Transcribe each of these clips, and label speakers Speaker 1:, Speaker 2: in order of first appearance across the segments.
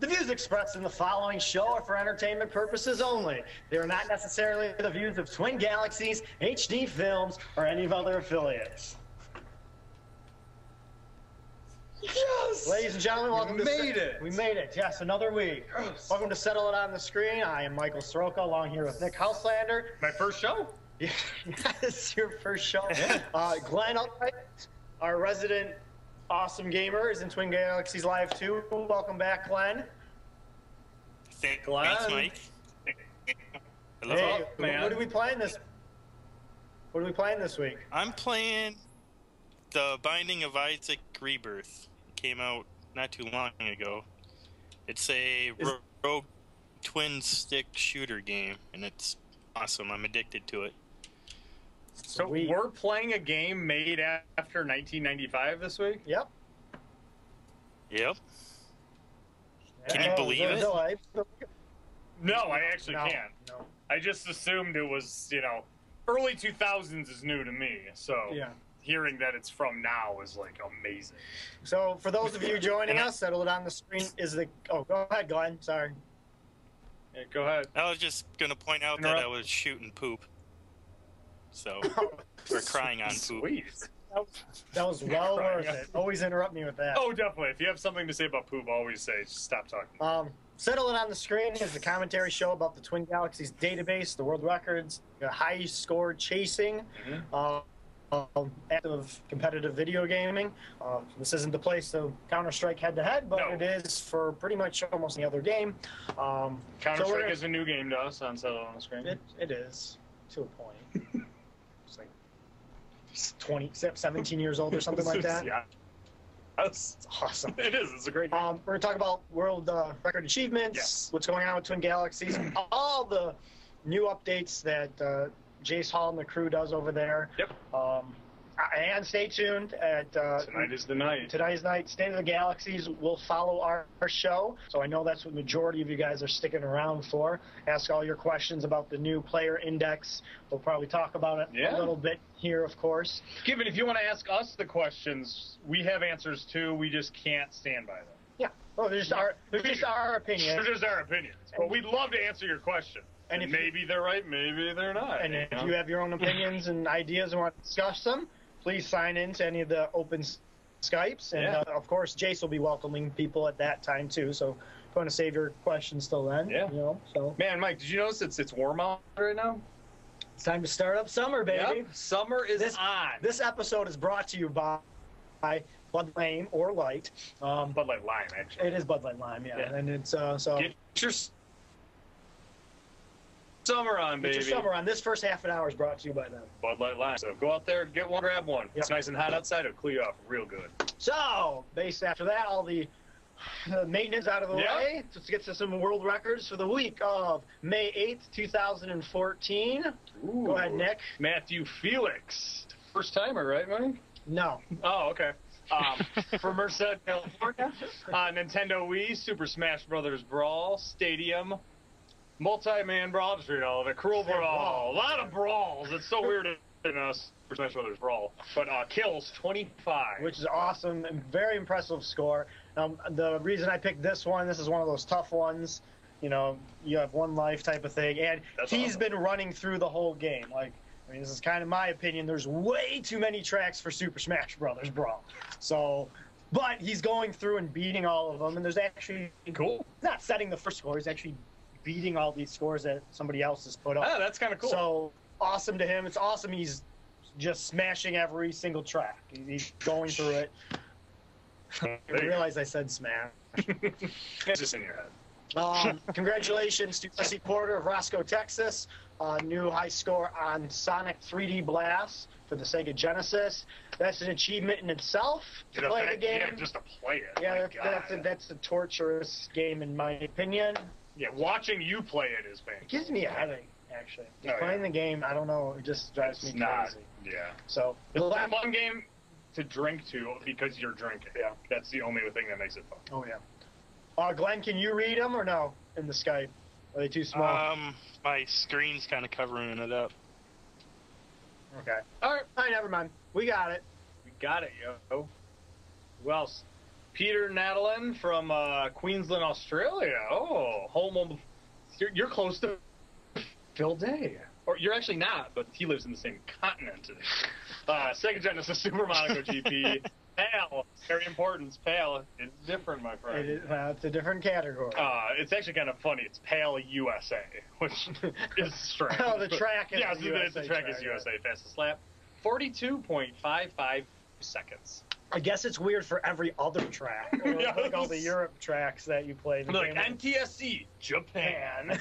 Speaker 1: The views expressed in the following show are for entertainment purposes only. They are not necessarily the views of Twin Galaxies, HD Films, or any of other affiliates.
Speaker 2: Yes!
Speaker 1: Ladies and gentlemen, welcome to
Speaker 2: We made it. Oh,
Speaker 1: We made it. Yes, another week.
Speaker 2: Yes.
Speaker 1: Welcome to Settle It on the Screen. I am Michael Soroka, along here with Nick Houselander.
Speaker 2: My first show.
Speaker 1: Yeah, it's your first show. Uh, Glenn Albright, our resident awesome gamer, is in Twin Galaxies Live too. Welcome back, Glenn.
Speaker 3: Thank,
Speaker 2: Glenn.
Speaker 3: Thanks, Mike. Hello.
Speaker 1: hey,
Speaker 2: up, man?
Speaker 1: what are we playing this? What are we playing this week?
Speaker 3: I'm playing The Binding of Isaac Rebirth. Came out not too long ago. It's a
Speaker 1: Is-
Speaker 3: ro- rogue twin stick shooter game, and it's awesome. I'm addicted to it.
Speaker 2: So
Speaker 1: Sweet.
Speaker 2: we're playing a game made a- after 1995 this week.
Speaker 1: Yep.
Speaker 3: Yep. Can you believe it?
Speaker 2: No, I actually
Speaker 1: No,
Speaker 2: can't.
Speaker 1: No.
Speaker 2: I just assumed it was, you know, early 2000s is new to me. So
Speaker 3: Oh.
Speaker 1: Yeah.
Speaker 2: hearing that it's from now is like amazing.
Speaker 1: So, for those of you joining
Speaker 3: And I-
Speaker 1: us, settle it on the screen is the. Oh, go ahead, Glenn. Sorry.
Speaker 2: Yeah, go ahead.
Speaker 3: I was just gonna point out that I was shooting poop. So we're crying on poop.
Speaker 2: Sweet.
Speaker 1: That was well
Speaker 2: Crying.
Speaker 1: worth it. Always interrupt me with that.
Speaker 2: Oh, definitely. If you have something to say about poop, always say. Just stop talking.
Speaker 1: Um, Settle It on the Screen is the commentary show about the Twin Galaxies database, the world records, the high score chasing,
Speaker 2: Mhm.
Speaker 1: uh, um, active competitive video gaming. Um, this isn't the place to Counter Strike head to head, but
Speaker 2: No.
Speaker 1: it is for pretty much almost any other game. Um,
Speaker 2: Counter
Speaker 1: so
Speaker 2: Strike
Speaker 1: we're-
Speaker 2: is a new game to us on Settle on the Screen.
Speaker 1: it, it is to a point. It's like 20, 17 years old or something like that.
Speaker 2: yeah. That's-
Speaker 1: It's awesome.
Speaker 2: It is. It's a great game.
Speaker 1: Um, we're going to talk about world uh, record achievements,
Speaker 2: Yes.
Speaker 1: what's going on with Twin Galaxies, all the new updates that uh, Jace Hall and the crew does over there.
Speaker 2: Yep.
Speaker 1: Um, and stay tuned at uh,
Speaker 2: Tonight is the night.
Speaker 1: tonight's night. State of the Galaxies will follow our, our show, so I know that's what majority of you guys are sticking around for. Ask all your questions about the new player index. We'll probably talk about it
Speaker 2: Yeah.
Speaker 1: a little bit here, of course.
Speaker 2: Given, if you want to ask us the questions, we have answers too. We just can't stand by them.
Speaker 1: Yeah. Oh, there's just our, there's just our opinion.
Speaker 2: They're just our opinions, but we'd love to answer your question.
Speaker 1: And
Speaker 2: And,
Speaker 1: if you-
Speaker 2: maybe they're right, maybe they're not.
Speaker 1: And
Speaker 2: you
Speaker 1: if
Speaker 2: know?
Speaker 1: you have your own opinions and ideas and want to discuss them, please sign in to any of the open s- Skypes. And
Speaker 2: Yeah.
Speaker 1: uh, of course, Jace will be welcoming people at that time too. So if you want to save your questions till then,
Speaker 2: Yeah.
Speaker 1: you know, so
Speaker 2: man, Mike, did you notice it's it's warm out right now?
Speaker 1: it's time to start up summer, baby.
Speaker 2: Yep, summer is
Speaker 1: This-
Speaker 2: on.
Speaker 1: This episode is brought to you by, by Bud Lime or Light. Um,
Speaker 2: Bud Light Lime, actually.
Speaker 1: it is Bud Light Lime, yeah.
Speaker 2: Yeah.
Speaker 1: And it's uh, so
Speaker 2: Get your s- summer on,
Speaker 1: get
Speaker 2: baby.
Speaker 1: your summer on. This first half an hour is brought to you by them.
Speaker 2: Bud Light Lime. So go out there, get one, grab one. It's
Speaker 1: Yep.
Speaker 2: nice and hot outside. It'll cool you off real good.
Speaker 1: So, based after that, all the uh, maintenance out of the
Speaker 2: Yeah.
Speaker 1: way. Let's get to some world records for the week of May 8th, 2014. Go ahead, Nick.
Speaker 2: Matthew Felix. First timer, right, Mike?
Speaker 1: No.
Speaker 2: Oh, okay. Um, for Merced, California, uh, Nintendo Wii, Super Smash Brothers Brawl, Stadium, Multi Man Brawl, just read all of it. Cruel
Speaker 1: Say brawl.
Speaker 2: Brawl, a lot of brawls. It's so weird in uh, Super Smash Brothers Brawl, but uh, kills twenty five.
Speaker 1: Which is awesome and very impressive score. Um, the reason I picked this one, this is one of those tough ones. You know, you have one life type of thing. And
Speaker 2: That's
Speaker 1: he's
Speaker 2: awesome.
Speaker 1: been running through the whole game. Like, I mean, this is kind of my opinion. There's way too many tracks for Super Smash Brothers Brawl. So, but he's going through and beating all of them. And there's actually
Speaker 2: Cool.
Speaker 1: not setting the first score. He's actually beating all these scores that somebody else has put up.
Speaker 2: Ah, that's kind of cool.
Speaker 1: So awesome to him. It's awesome. He's just smashing every single track. He's- He's going through it. I
Speaker 2: There you go.
Speaker 1: realize I said smash.
Speaker 2: It's just in your head.
Speaker 1: Um, congratulations to Jesse Porter of Roscoe, Texas. Uh, new high score on Sonic 3D Blast for the Sega Genesis. That's an achievement in itself to play the game.
Speaker 2: Yeah, just to play it.
Speaker 1: Yeah,
Speaker 2: My
Speaker 1: that's,
Speaker 2: God.
Speaker 1: that's, a, that's a torturous game in my opinion.
Speaker 2: yeah, watching you play it is
Speaker 1: It
Speaker 2: painful.
Speaker 1: gives me a headache, actually.
Speaker 2: Oh,
Speaker 1: Playing
Speaker 2: yeah.
Speaker 1: the game, I don't know, it just drives
Speaker 2: It's
Speaker 1: me
Speaker 2: not.
Speaker 1: crazy.
Speaker 2: Yeah.
Speaker 1: So,
Speaker 2: It's a fun game to drink to because you're drinking.
Speaker 1: Yeah.
Speaker 2: That's the only thing that makes it fun.
Speaker 1: oh yeah. Uh, Glenn, can you read them or no in the Skype? Are they too small?
Speaker 2: Uh,
Speaker 3: Um, my screen's kind of covering it up.
Speaker 1: okay.
Speaker 2: All right,
Speaker 1: All right, never mind. We got it.
Speaker 2: we got it, yo. Who else? Peter Natalin from uh, Queensland, Australia. Oh, home of you're, you're close to Phil Day, or you're actually not, but he lives in the same continent. Uh, Sega Genesis Super Monaco GP. Pale, very important. Pale is different, my friend.
Speaker 1: It is, uh, well, it's a different category.
Speaker 2: Uh, it's actually kind of funny. It's Pale USA, which is strange.
Speaker 1: Oh, the track is
Speaker 2: yeah,
Speaker 1: the
Speaker 2: the, the
Speaker 1: USA
Speaker 2: track is
Speaker 1: track,
Speaker 2: USA fastest lap, forty-two point five five seconds.
Speaker 1: I guess it's weird for every other track, or
Speaker 2: Yeah,
Speaker 1: like all the
Speaker 2: it's-
Speaker 1: Europe tracks that you play. in the
Speaker 2: Like
Speaker 1: game with.
Speaker 2: NTSC Japan.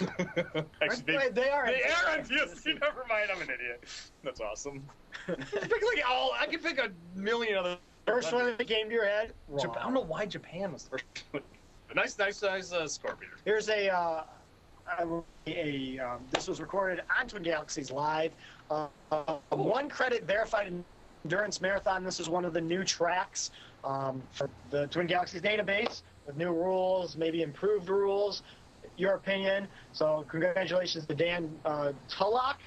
Speaker 2: actually,
Speaker 1: Aren't they,
Speaker 2: they,
Speaker 1: they are.
Speaker 2: they are
Speaker 1: NTSC.
Speaker 2: NTSC. Never mind, I'm an idiot. That's awesome. pick like all. I could pick a million other.
Speaker 1: First one that came to your head.
Speaker 2: Japan, I don't know
Speaker 1: wrong.
Speaker 2: why Japan was the first. one. But nice, nice, nice uh, score, Peter.
Speaker 1: Here's a. Uh, a, a um, this was recorded on Twin Galaxies Live. Uh, uh, one credit verified endurance marathon. This is one of the new tracks um, for the Twin Galaxies database with new rules, maybe improved rules. Your opinion. So congratulations to Dan uh, Tullock.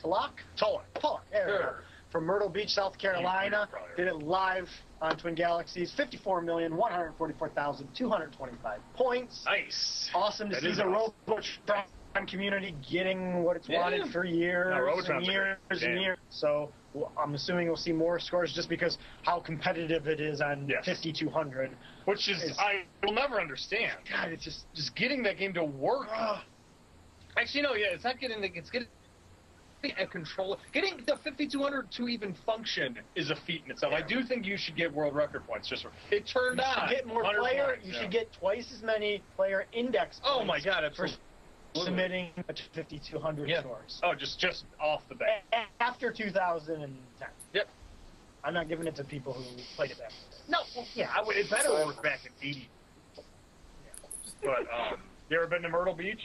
Speaker 1: Tullock. Tullock. Tullock. There we go.
Speaker 2: Sure.
Speaker 1: From Myrtle Beach, South Carolina,
Speaker 2: You're probably
Speaker 1: did it live on Twin Galaxies. Fifty-four million one hundred forty-four thousand two hundred twenty-five points
Speaker 2: Nice.
Speaker 1: awesome to
Speaker 2: That
Speaker 1: see
Speaker 2: is
Speaker 1: the
Speaker 2: awesome.
Speaker 1: Robotron community getting what it's
Speaker 2: Yeah.
Speaker 1: wanted for years
Speaker 2: No, Robotron's
Speaker 1: and
Speaker 2: a
Speaker 1: years
Speaker 2: great
Speaker 1: and
Speaker 2: game.
Speaker 1: years. So well, I'm assuming we'll see more scores just because how competitive it is on
Speaker 2: Yes.
Speaker 1: 5200.
Speaker 2: Which is
Speaker 1: It's-
Speaker 2: I will never understand. God, it's just just getting that game to work. Actually, no, yeah, it's not getting the it's getting a control. Getting the 5200 to even function is a feat in itself. I do think you should get world record points just for it turned
Speaker 1: You
Speaker 2: on.
Speaker 1: should get more
Speaker 2: 100
Speaker 1: player.
Speaker 2: points,
Speaker 1: you
Speaker 2: yeah.
Speaker 1: should get twice as many player index.
Speaker 2: Oh
Speaker 1: points
Speaker 2: my god,
Speaker 1: for
Speaker 2: absolutely.
Speaker 1: submitting a 5200
Speaker 2: Yeah.
Speaker 1: scores
Speaker 2: Oh, just just off the bat.
Speaker 1: A- a- after 2010.
Speaker 2: Yep.
Speaker 1: I'm not giving it to people who played it back.
Speaker 2: No, well, yeah, I would. It better work back in eighty. But um, you ever been to Myrtle Beach?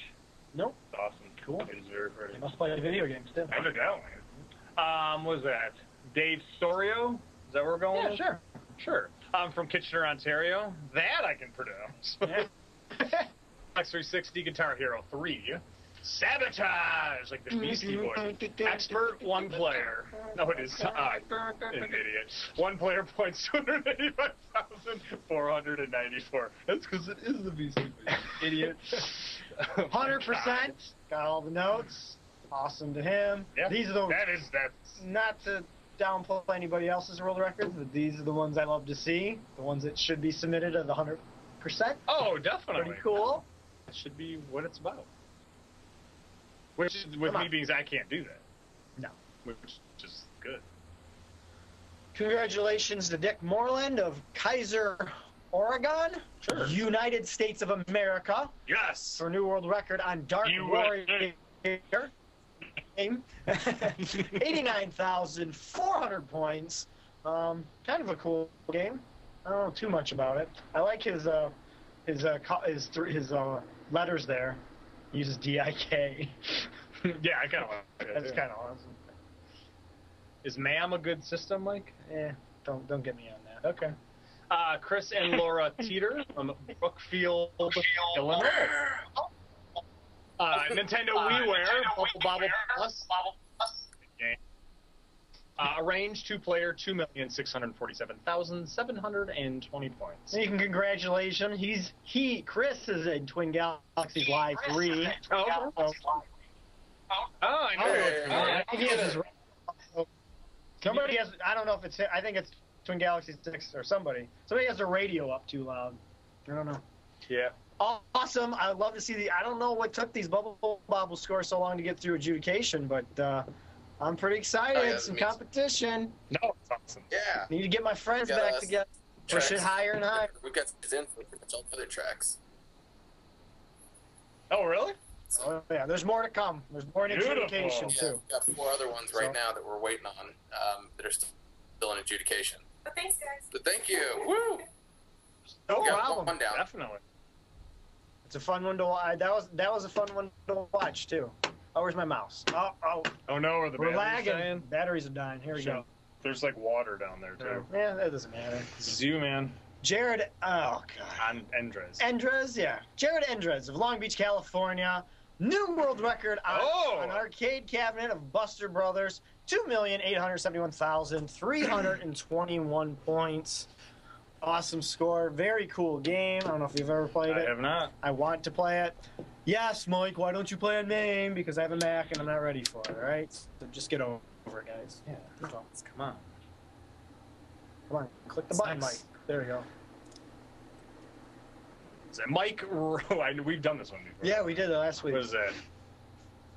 Speaker 1: Nope.
Speaker 2: It's awesome. Cool. It's very pretty.
Speaker 1: They must play video games too.
Speaker 2: Evidently. Um, was that Dave Storio? Is that where we're going?
Speaker 1: Yeah,
Speaker 2: with?
Speaker 1: sure.
Speaker 2: Sure. I'm from Kitchener, Ontario. That I can pronounce.
Speaker 1: Yeah.
Speaker 2: Xbox 360 Guitar Hero 3. Sabotage, like the Beastie Boys. Expert, one player. No, it is. I an idiot. One player points 285,494. That's because it is the Beastie Boys. Idiot.
Speaker 1: Hundred percent. Got all the notes. Awesome to him.
Speaker 2: Yeah.
Speaker 1: These are the
Speaker 2: That is that's
Speaker 1: not to downplay anybody else's world records, but these are the ones I love to see. The ones that should be submitted at the hundred percent.
Speaker 2: Oh, definitely.
Speaker 1: Pretty cool.
Speaker 2: That should be what it's about. Which, is- with
Speaker 1: Come
Speaker 2: me
Speaker 1: on.
Speaker 2: being, I can't do that.
Speaker 1: No.
Speaker 2: Which is good.
Speaker 1: Congratulations to Dick Moreland of Kaiser, Oregon,
Speaker 2: Sure.
Speaker 1: United States of America,
Speaker 2: Yes.
Speaker 1: for new world record on Dark
Speaker 2: You
Speaker 1: Warrior.
Speaker 2: win.
Speaker 1: game. 89,400 points. Um, kind of a cool game. I don't know too much about it. I like his uh, his uh, co- his thr his uh, letters there. He uses D I K.
Speaker 2: yeah, I kind of like that.
Speaker 1: That's
Speaker 2: too.
Speaker 1: kind of awesome.
Speaker 2: Is MAM a good system, Mike?
Speaker 1: Eh, don't don't get me on that. Okay.
Speaker 2: Uh, Chris and Laura Teeter from Um, Brookfield, Illinois. Uh, Nintendo WiiWare, Bubble Bobble Plus. Game. Uh, arrange two player, 2,647,720 points.
Speaker 1: So you can congratulate him. He's he Chris is in Twin Galaxies Live three.
Speaker 2: Oh,
Speaker 1: So,
Speaker 2: oh, I know.
Speaker 1: I think he has his- Somebody has. I don't know if it's. I think it's Twin Galaxy Six or somebody. Somebody has the radio up too loud. I don't know.
Speaker 2: Yeah.
Speaker 1: Aw- Awesome. I love to see the. I don't know what took these bubble bobble scores so long to get through adjudication, but uh, I'm pretty excited.
Speaker 4: Oh, yeah,
Speaker 1: Some
Speaker 4: me too.
Speaker 1: competition.
Speaker 2: No, it's awesome.
Speaker 4: Yeah.
Speaker 1: Need to get my friends
Speaker 4: Yeah,
Speaker 1: back
Speaker 4: that's-
Speaker 1: together. Push it higher and higher.
Speaker 4: We've got these in for pretty much all the other tracks.
Speaker 2: Oh, really?
Speaker 1: Oh, yeah, there's more to come. There's more in
Speaker 2: Beautiful.
Speaker 1: adjudication
Speaker 4: Yeah,
Speaker 1: too.
Speaker 4: we've got four other ones right
Speaker 1: So-
Speaker 4: now that we're waiting on um, that are still in adjudication.
Speaker 5: But thanks, guys.
Speaker 4: But thank you. Woo!
Speaker 1: No
Speaker 4: We got
Speaker 1: problem.
Speaker 4: One down.
Speaker 2: Definitely.
Speaker 1: It's a fun one to. wa- That was that was a fun one to watch too. Oh, where's my mouse? Oh, oh,
Speaker 2: Oh no, are the
Speaker 1: we're
Speaker 2: batteries
Speaker 1: lagging.
Speaker 2: dying?
Speaker 1: Batteries are dying. Here we
Speaker 2: Shit. There's like water down there
Speaker 1: go.
Speaker 2: too.
Speaker 1: Yeah, that doesn't matter.
Speaker 2: Zoo man
Speaker 1: Jared, oh god,
Speaker 2: on Endres.
Speaker 1: Endres, yeah, Jared Endres of Long Beach, California, new world record on
Speaker 2: Oh!
Speaker 1: an arcade cabinet of Buster Brothers, two million eight hundred seventy-one thousand three hundred and twenty-one points. Awesome score. Very cool game. I don't know if you've ever played
Speaker 2: I
Speaker 1: it.
Speaker 2: have not.
Speaker 1: I want to play it. Yes, Mike, why don't you play on Maine? Because I have a Mac and I'm not ready for it, all right? So just get over it, guys.
Speaker 2: Yeah,
Speaker 1: Come on,
Speaker 2: come on.
Speaker 1: Come on. click the
Speaker 2: It's
Speaker 1: button, Mike.
Speaker 2: nice.
Speaker 1: There we go.
Speaker 2: Is it Mike, Ro- I, we've done this one before.
Speaker 1: Yeah, we did it last week.
Speaker 2: What is that?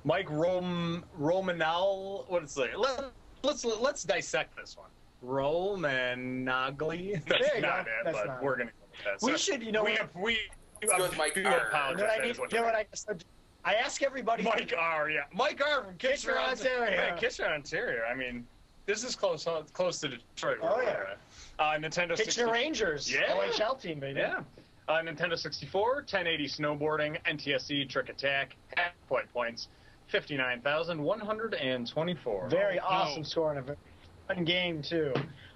Speaker 2: Mike Rom Romanel. What is it? Let, let's let's dissect this one. Romanogly. That's
Speaker 1: There you
Speaker 2: not
Speaker 1: go.
Speaker 2: it,
Speaker 1: That's
Speaker 2: but
Speaker 1: not it.
Speaker 2: we're gonna go with that.
Speaker 1: We
Speaker 2: So
Speaker 1: should, you know,
Speaker 2: we
Speaker 1: what-
Speaker 2: have, we.
Speaker 4: Let's go with Mike
Speaker 2: do
Speaker 4: R.
Speaker 1: you
Speaker 2: apologize.
Speaker 1: know what I,
Speaker 2: That
Speaker 1: did-
Speaker 2: is what
Speaker 1: you know
Speaker 2: it
Speaker 1: what
Speaker 2: is.
Speaker 1: I said? I ask everybody.
Speaker 2: Mike R. Yeah, Mike R. From Kitchener,
Speaker 1: Kitchener, Ontario.
Speaker 2: Yeah, Kitchener, Ontario. I mean, this is close close to Detroit.
Speaker 1: Oh,
Speaker 2: where
Speaker 1: yeah.
Speaker 2: we're at. Uh, Nintendo. 64
Speaker 1: Kitchener Rangers,
Speaker 2: Yeah.
Speaker 1: OHL team, baby.
Speaker 2: Yeah. Uh, Nintendo 64, 1080 snowboarding, NTSC, trick attack, half point points, 59,124.
Speaker 1: Very
Speaker 3: Oh,
Speaker 1: awesome
Speaker 3: no.
Speaker 1: score and a very fun game too.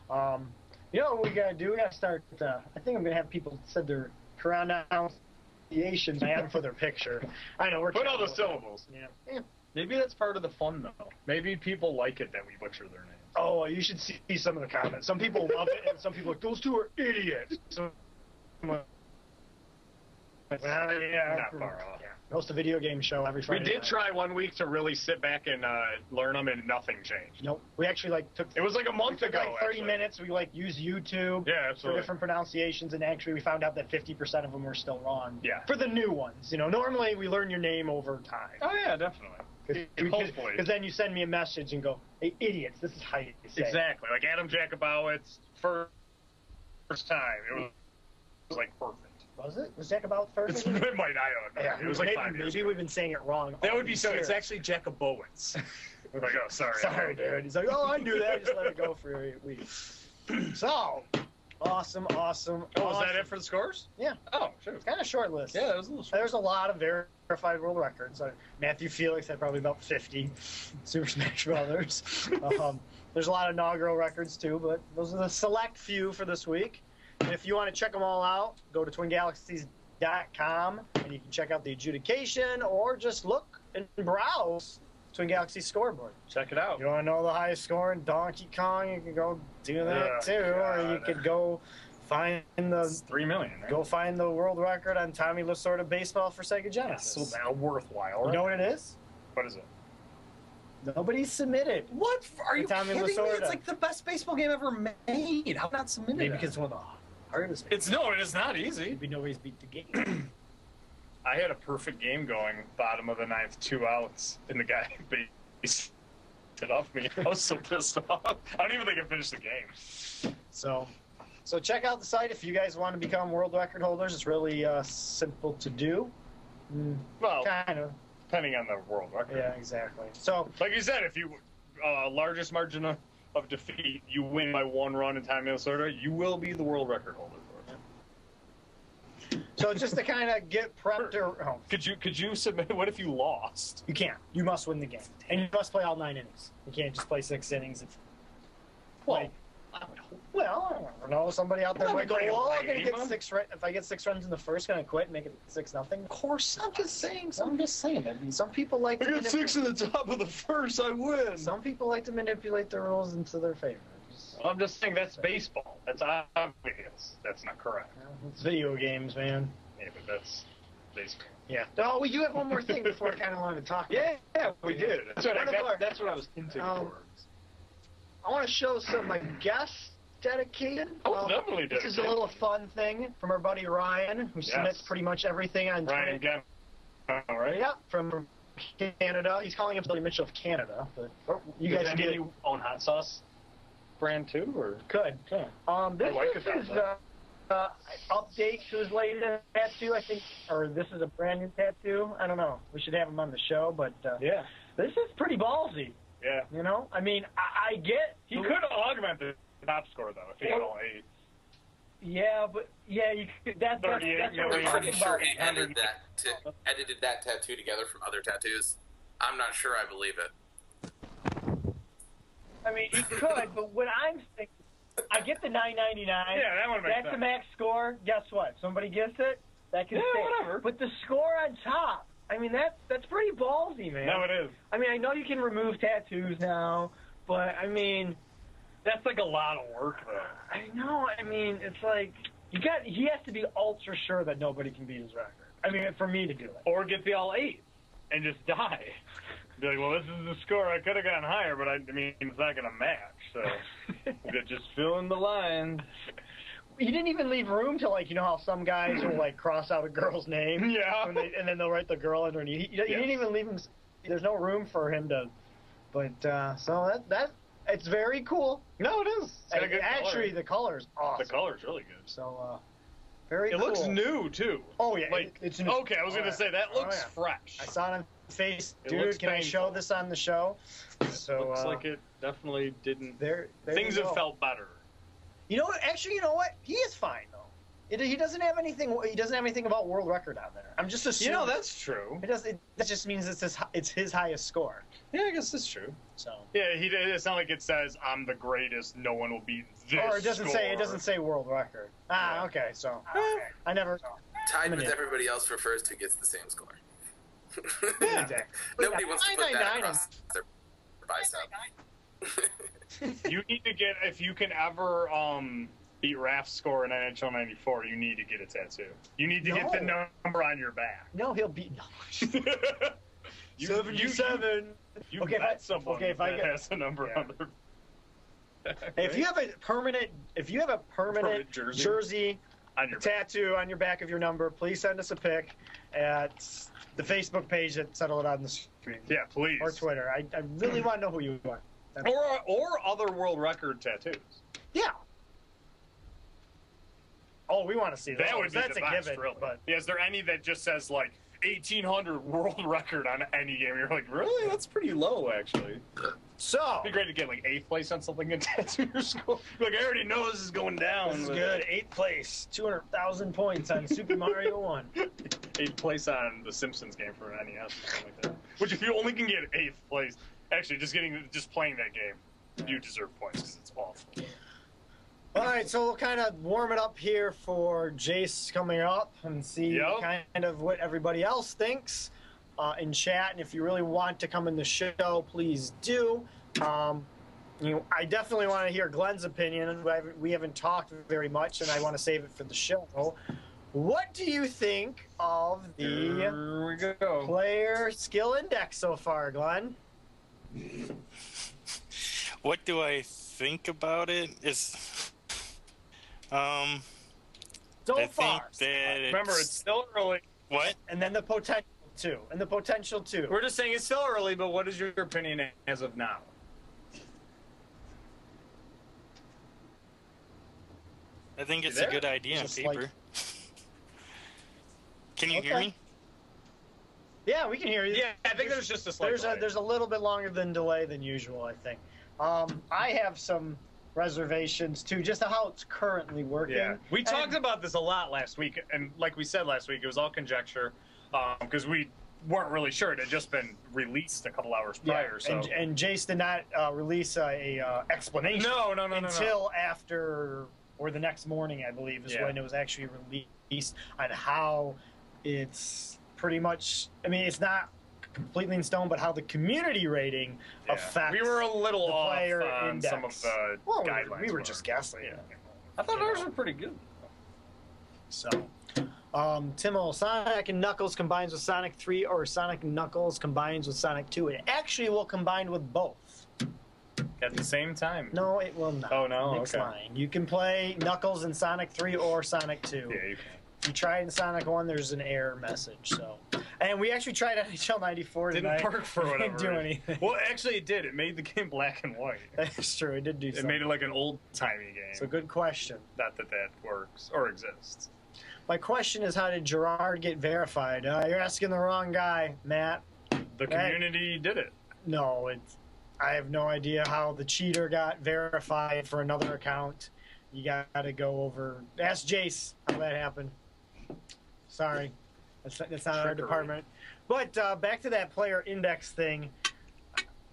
Speaker 1: Um, you know what we gotta do? We gotta start. Uh, I think I'm gonna have people said their pronunciations I have for their picture. I know we're
Speaker 2: Put all the
Speaker 1: terrible.
Speaker 2: syllables.
Speaker 1: Yeah.
Speaker 2: Maybe that's part of the fun, though. Maybe people like it that we butcher their names.
Speaker 1: Oh, you should see some of the comments. Some people love it, and some people are like those two are idiots. So, well, yeah,
Speaker 2: Not far off.
Speaker 1: Yeah. Host a video game show every
Speaker 2: We
Speaker 1: Friday.
Speaker 2: did
Speaker 1: night.
Speaker 2: try one week to really sit back and uh, learn them, and nothing changed.
Speaker 1: Nope. We actually like took.
Speaker 2: It was like a
Speaker 1: we
Speaker 2: month
Speaker 1: took
Speaker 2: ago.
Speaker 1: like 30
Speaker 2: actually.
Speaker 1: minutes. We like used YouTube.
Speaker 2: Yeah,
Speaker 1: for
Speaker 2: absolutely.
Speaker 1: different pronunciations, and actually we found out that 50% of them were still wrong.
Speaker 2: Yeah.
Speaker 1: For the new ones, you know, normally we learn your name over time.
Speaker 2: Oh, yeah, definitely. Hopefully.
Speaker 1: Because then you send me a message and go, hey, idiots, this is how you say it."
Speaker 2: Exactly. Like Adam Jakubowicz, first, first time. It was, it was like perfect.
Speaker 1: Was it? Was Jack about
Speaker 2: It's,
Speaker 1: first?
Speaker 2: it might, I don't know.
Speaker 1: yeah,
Speaker 2: it was like
Speaker 1: maybe,
Speaker 2: five years
Speaker 1: maybe
Speaker 2: ago.
Speaker 1: we've been saying it wrong.
Speaker 2: That
Speaker 1: all
Speaker 2: would be
Speaker 1: these
Speaker 2: so. It's
Speaker 1: years.
Speaker 2: actually Jakubowicz. like, oh, sorry.
Speaker 1: Sorry, dude. He's like, oh, I knew that. I just let it go for a week. So, awesome, awesome.
Speaker 2: Oh, was that it for the scores?
Speaker 1: Yeah.
Speaker 2: Oh, shoot.
Speaker 1: Kind of short list.
Speaker 2: Yeah, that was a little short.
Speaker 1: There's a lot of verified world records. Uh, Matthew Felix had probably about 50 Super Smash Brothers. um, there's a lot of inaugural records too, but those are the select few for this week. And if you want to check them all out, go to twingalaxies.com and you can check out the adjudication or just look and browse Twin Galaxy scoreboard.
Speaker 2: Check it out.
Speaker 1: You want to know the highest score in Donkey Kong? You can go do that
Speaker 2: Oh,
Speaker 1: too, or you
Speaker 2: God.
Speaker 1: could go find the
Speaker 2: It's three million. Right?
Speaker 1: Go find the world record on Tommy Lasorda baseball for Sega
Speaker 2: Yeah,
Speaker 1: Genesis.
Speaker 2: so now worthwhile.
Speaker 1: you
Speaker 2: Right?
Speaker 1: know what it is?
Speaker 2: what is it?
Speaker 1: Nobody submitted.
Speaker 2: What are
Speaker 1: you Tommy kidding me? Lasorda. It's like
Speaker 2: the best baseball game ever made. How not submitted?
Speaker 1: Maybe because it's one of the hardest.
Speaker 2: it's no, it is not easy.
Speaker 1: maybe nobody's beat the game.
Speaker 2: I had a perfect game going, bottom of the ninth, two outs, and the guy beat it off me. I was so pissed off. I don't even think I finished the game.
Speaker 1: so, so check out the site if you guys want to become world record holders. It's really uh, simple to do. Mm,
Speaker 2: Well,
Speaker 1: kind of.
Speaker 2: depending on the world record.
Speaker 1: Yeah, exactly. So,
Speaker 2: Like you said, if you uh, largest margin of, of defeat, you win by one run in time Minnesota, you will be the world record holder. For it.
Speaker 1: so just to kind of get prepped or oh,
Speaker 2: Could you could you submit? What if you lost?
Speaker 1: you can't. You must win the game, and you must play all nine innings. You can't just play six innings. If,
Speaker 2: Well,
Speaker 1: Well, I don't know. Somebody out there
Speaker 2: I'm
Speaker 1: might go,
Speaker 2: not gonna
Speaker 1: "Well, I'm
Speaker 2: complain,
Speaker 1: gonna get
Speaker 2: huh?"
Speaker 1: six. Ri- if I get six runs in the first, gonna quit, and make it six nothing." Of course, I'm just saying. I'm just saying. I mean, some people like to manip-
Speaker 2: in the top of the first. I win.
Speaker 1: some people like to manipulate the rules into their favor. Just-
Speaker 2: I'm just saying that's baseball. That's obvious. That's not correct.
Speaker 1: you know, It's video games, man.
Speaker 2: Yeah, but that's baseball.
Speaker 1: Yeah. Oh, we do have one more thing before I kind of wanted to talk. About.
Speaker 2: yeah, we
Speaker 1: did.
Speaker 2: That's what, I,
Speaker 1: One of
Speaker 2: that-
Speaker 1: our-
Speaker 2: that's what I was hinting
Speaker 1: Um,
Speaker 2: towards.
Speaker 1: I want to show some, I guess, dedication.
Speaker 2: Oh, definitely
Speaker 1: This is a little fun thing from our buddy Ryan, who submits
Speaker 2: Yes.
Speaker 1: pretty much everything on Twitter.
Speaker 2: Ryan Gem. All right.
Speaker 1: Yeah, from Canada. He's calling him Billy Mitchell of Canada, but you
Speaker 2: Oh, Does
Speaker 1: guys
Speaker 2: any
Speaker 1: get
Speaker 2: of you own hot sauce brand too, or
Speaker 1: Good.
Speaker 2: okay.
Speaker 1: Um, this
Speaker 2: I like
Speaker 1: is
Speaker 2: it
Speaker 1: his uh,
Speaker 2: that
Speaker 1: uh, update to his latest tattoo, I think, or this is a brand new tattoo. I don't know. We should have him on the show, but uh,
Speaker 2: yeah,
Speaker 1: this is pretty ballsy.
Speaker 2: yeah.
Speaker 1: You know, I mean, I, I get
Speaker 2: He could augment the top score though if he had only
Speaker 1: Yeah, but yeah, you could, that, that's
Speaker 2: 38
Speaker 1: that's what
Speaker 2: million.
Speaker 1: we're
Speaker 4: I'm pretty
Speaker 1: talking
Speaker 4: sure
Speaker 1: about.
Speaker 4: he edited that, t- edited that tattoo together from other tattoos. I'm not sure I believe it.
Speaker 1: I mean, he could, but when I'm thinking, I get the 9.99.
Speaker 2: Yeah, that would make
Speaker 1: That's the
Speaker 2: sense.
Speaker 1: max score. Guess what? Somebody gets it. That can
Speaker 2: Yeah,
Speaker 1: stay.
Speaker 2: whatever.
Speaker 1: But the score on top. I mean, that's that's pretty ballsy, man.
Speaker 2: No, it is.
Speaker 1: I mean, I know you can remove tattoos now, but I mean,
Speaker 2: That's like a lot of work, though.
Speaker 1: I know. I mean, it's like you got. He has to be ultra sure that nobody can beat his record. I mean, for me to do it.
Speaker 2: Or get the all eight and just die. Be like, well, this is the score. I could have gotten higher, but I, I mean, it's not going to match. So we're just fill in the lines.
Speaker 1: He didn't even leave room to like you know how some guys will like cross out a girl's name
Speaker 2: Yeah.
Speaker 1: and, they, and then they'll write the girl underneath. He, he didn't
Speaker 2: Yes.
Speaker 1: even leave him. s- There's no room for him to. But uh, so that that it's very cool.
Speaker 2: No, it is. It's got a
Speaker 1: And
Speaker 2: good
Speaker 1: actually,
Speaker 2: color.
Speaker 1: the color's awesome.
Speaker 2: the color's really good.
Speaker 1: So uh, very.
Speaker 2: It looks
Speaker 1: cool.
Speaker 2: new too.
Speaker 1: Oh yeah,
Speaker 2: Like,
Speaker 1: it- it's new.
Speaker 2: Okay, I was
Speaker 1: Oh,
Speaker 2: gonna
Speaker 1: yeah.
Speaker 2: say that
Speaker 1: Oh,
Speaker 2: looks
Speaker 1: yeah.
Speaker 2: fresh.
Speaker 1: I saw it on Face,
Speaker 2: It
Speaker 1: dude.
Speaker 2: looks
Speaker 1: Can I show
Speaker 2: painful.
Speaker 1: this on the show? So
Speaker 2: looks
Speaker 1: uh,
Speaker 2: like it definitely didn't.
Speaker 1: There, there
Speaker 2: Things
Speaker 1: you
Speaker 2: have
Speaker 1: go.
Speaker 2: felt better.
Speaker 1: You know what? Actually, you know what? He is fine though. It, he doesn't have anything. He doesn't have anything about world record on there. I'm just assuming.
Speaker 2: You know that's true.
Speaker 1: It does. It, that just means it's his. hi- It's his highest score.
Speaker 2: Yeah, I guess that's true.
Speaker 1: So.
Speaker 2: Yeah, he. did- It's not like it says I'm the greatest. No one will beat this.
Speaker 1: or it doesn't say. It
Speaker 2: score."
Speaker 1: doesn't say world record. Ah,
Speaker 2: Yeah.
Speaker 1: okay. So.
Speaker 2: Eh,
Speaker 1: I never.
Speaker 4: Tied with
Speaker 1: Minute.
Speaker 4: everybody else for first who gets the same score.
Speaker 2: Yeah.
Speaker 1: Exactly.
Speaker 4: Nobody wants to put that
Speaker 1: 999
Speaker 4: across their bicep.
Speaker 2: you need to get if you can ever um beat Raph's score in NHL '94. You need to get a tattoo. You need to get the
Speaker 1: No.
Speaker 2: number on your back.
Speaker 1: No, he'll beat.
Speaker 2: You- you- You
Speaker 1: Okay, if
Speaker 2: met
Speaker 1: I-
Speaker 2: someone
Speaker 1: okay, if
Speaker 2: that
Speaker 1: I get-
Speaker 2: has a number
Speaker 1: Yeah.
Speaker 2: on their back,
Speaker 1: If you have a permanent, if you have a permanent,
Speaker 2: Permanent jersey.
Speaker 1: jersey
Speaker 2: on your back.
Speaker 1: tattoo on your back of your number, please send us a pic at the Facebook page at Settle It On The Stream.
Speaker 2: yeah, please.
Speaker 1: Or Twitter. I, I really want to know who you are.
Speaker 2: or or other world record tattoos.
Speaker 1: Yeah. Oh, we want to see that.
Speaker 2: That would be
Speaker 1: That's
Speaker 2: the
Speaker 1: a
Speaker 2: best,
Speaker 1: given.
Speaker 2: really.
Speaker 1: But
Speaker 2: Yeah, is there any that just says like 1800 world record on any game? You're like, really? That's pretty low, actually.
Speaker 1: so
Speaker 2: It'd be great to get like eighth place on something and tattoo your score. Like, I already know this is going down.
Speaker 1: this is
Speaker 2: but-
Speaker 1: good. Eighth place, two hundred thousand points on Super Mario One.
Speaker 2: Eighth place on the Simpsons game for an NES or something like that. Which, if you only can get eighth place, actually, just getting just playing that game, you deserve points because it's awful.
Speaker 1: All right, so we'll kind of warm it up here for Jace coming up and see
Speaker 2: Yep.
Speaker 1: kind of what everybody else thinks uh, in chat. And if you really want to come in the show, please do. Um, you know, I definitely want to hear Glenn's opinion. and we haven't- We haven't talked very much, and I want to save it for the show. What do you think of the
Speaker 2: we go.
Speaker 1: player skill index so far, Glenn?
Speaker 3: What do I think about it? Is um
Speaker 1: So
Speaker 3: I think
Speaker 1: far,
Speaker 3: that
Speaker 2: Remember, it's still early.
Speaker 3: what?
Speaker 1: and then the potential too, and the potential too.
Speaker 2: We're just saying it's still early, but what is your opinion as of now?
Speaker 3: I think it's
Speaker 2: there?
Speaker 3: a good idea on
Speaker 1: Just like-
Speaker 3: paper. Can you hear
Speaker 1: Okay.
Speaker 3: me?
Speaker 1: Yeah, we can hear you.
Speaker 2: Yeah, I think there's just a slight
Speaker 1: there's a
Speaker 2: delay.
Speaker 1: there's a little bit longer than delay than usual, I think. Um, I have some reservations too, just how it's currently working.
Speaker 2: Yeah, we
Speaker 1: And-
Speaker 2: talked about this a lot last week, and like we said last week, it was all conjecture because we weren't really sure. It had just been released a couple hours
Speaker 1: yeah,
Speaker 2: prior. so
Speaker 1: and, and Jace did not uh, release a, a uh, explanation
Speaker 2: no, no, no, no, no.
Speaker 1: until after or the next morning, I believe, is
Speaker 2: Yeah.
Speaker 1: when it was actually released on how it's pretty much. I mean, it's not completely in stone, but how the community rating
Speaker 2: Yeah.
Speaker 1: affects.
Speaker 2: We were a little
Speaker 1: the
Speaker 2: off
Speaker 1: player
Speaker 2: on
Speaker 1: index.
Speaker 2: some of the
Speaker 1: well, we were,
Speaker 2: guidelines.
Speaker 1: we were just guessing.
Speaker 2: Yeah. I thought
Speaker 1: you
Speaker 2: ours
Speaker 1: know.
Speaker 2: were pretty good.
Speaker 1: So, um, Timmel, Sonic and Knuckles combines with Sonic 3 or Sonic and Knuckles combines with Sonic 2. It actually will combine with both.
Speaker 2: At the same time.
Speaker 1: No, it will not.
Speaker 2: Oh, no?
Speaker 1: Nick's
Speaker 2: Okay.
Speaker 1: lying. You can play Knuckles in Sonic 3 or Sonic 2.
Speaker 2: Yeah, you can.
Speaker 1: If you try it in Sonic 1, there's an error message. So, And we actually tried NHL 94
Speaker 2: Didn't
Speaker 1: tonight.
Speaker 2: work for whatever.
Speaker 1: Didn't do
Speaker 2: reason.
Speaker 1: anything.
Speaker 2: Well, actually, it did. It made the game black and white.
Speaker 1: That's true. It did do
Speaker 2: It
Speaker 1: something.
Speaker 2: made it like an old timey game.
Speaker 1: so good question.
Speaker 2: Not that that works or exists.
Speaker 1: My question is, how did Gerard get verified? Uh, you're asking the wrong guy, Matt.
Speaker 2: The
Speaker 1: Right.
Speaker 2: community did it.
Speaker 1: No, it's. I have no idea how the cheater got verified for another account. You got to go over. Ask Jace how that happened. Sorry, that's that's not our
Speaker 2: Trickery.
Speaker 1: department. But uh, back to that player index thing.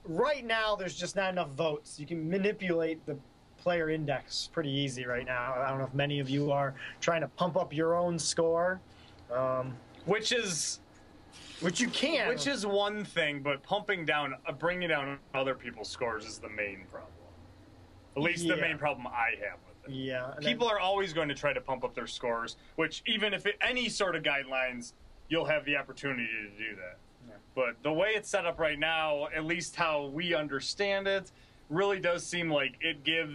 Speaker 1: Right now, there's just not enough votes. You can manipulate the player index pretty easy right now. I don't know if many of you are trying to pump up your own score, um,
Speaker 2: Which is
Speaker 1: which you can.
Speaker 2: Which is one thing, but pumping down, uh, bringing down other people's scores is the main problem. At least the
Speaker 1: Yeah.
Speaker 2: main problem I have with it.
Speaker 1: Yeah. and then-
Speaker 2: People are always going to try to pump up their scores, which even if it, any sort of guidelines, you'll have the opportunity to do that. But the way it's set up right now, at least how we understand it, really does seem like it gives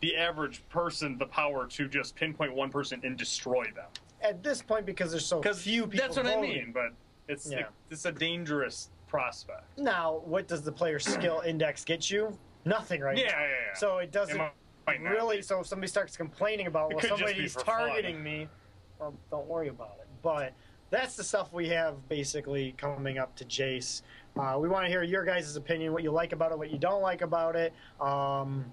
Speaker 2: the average person the power to just pinpoint one person and destroy them.
Speaker 1: at this point because there's so
Speaker 2: Because
Speaker 1: few people.
Speaker 2: that's what I
Speaker 1: voting.
Speaker 2: mean. But it's
Speaker 1: Yeah.
Speaker 2: it's a dangerous prospect.
Speaker 1: Now, what does the player skill index get you? Nothing right
Speaker 2: Yeah, yeah,
Speaker 1: now.
Speaker 2: yeah.
Speaker 1: So it doesn't
Speaker 2: It might not
Speaker 1: really.
Speaker 2: be.
Speaker 1: So if somebody starts complaining about,
Speaker 2: It
Speaker 1: well,
Speaker 2: could just be
Speaker 1: somebody's
Speaker 2: for fun.
Speaker 1: targeting me, well, don't worry about it. But that's the stuff we have basically coming up to Jace. Uh, we want to hear your guys' opinion, what you like about it, what you don't like about it. Um,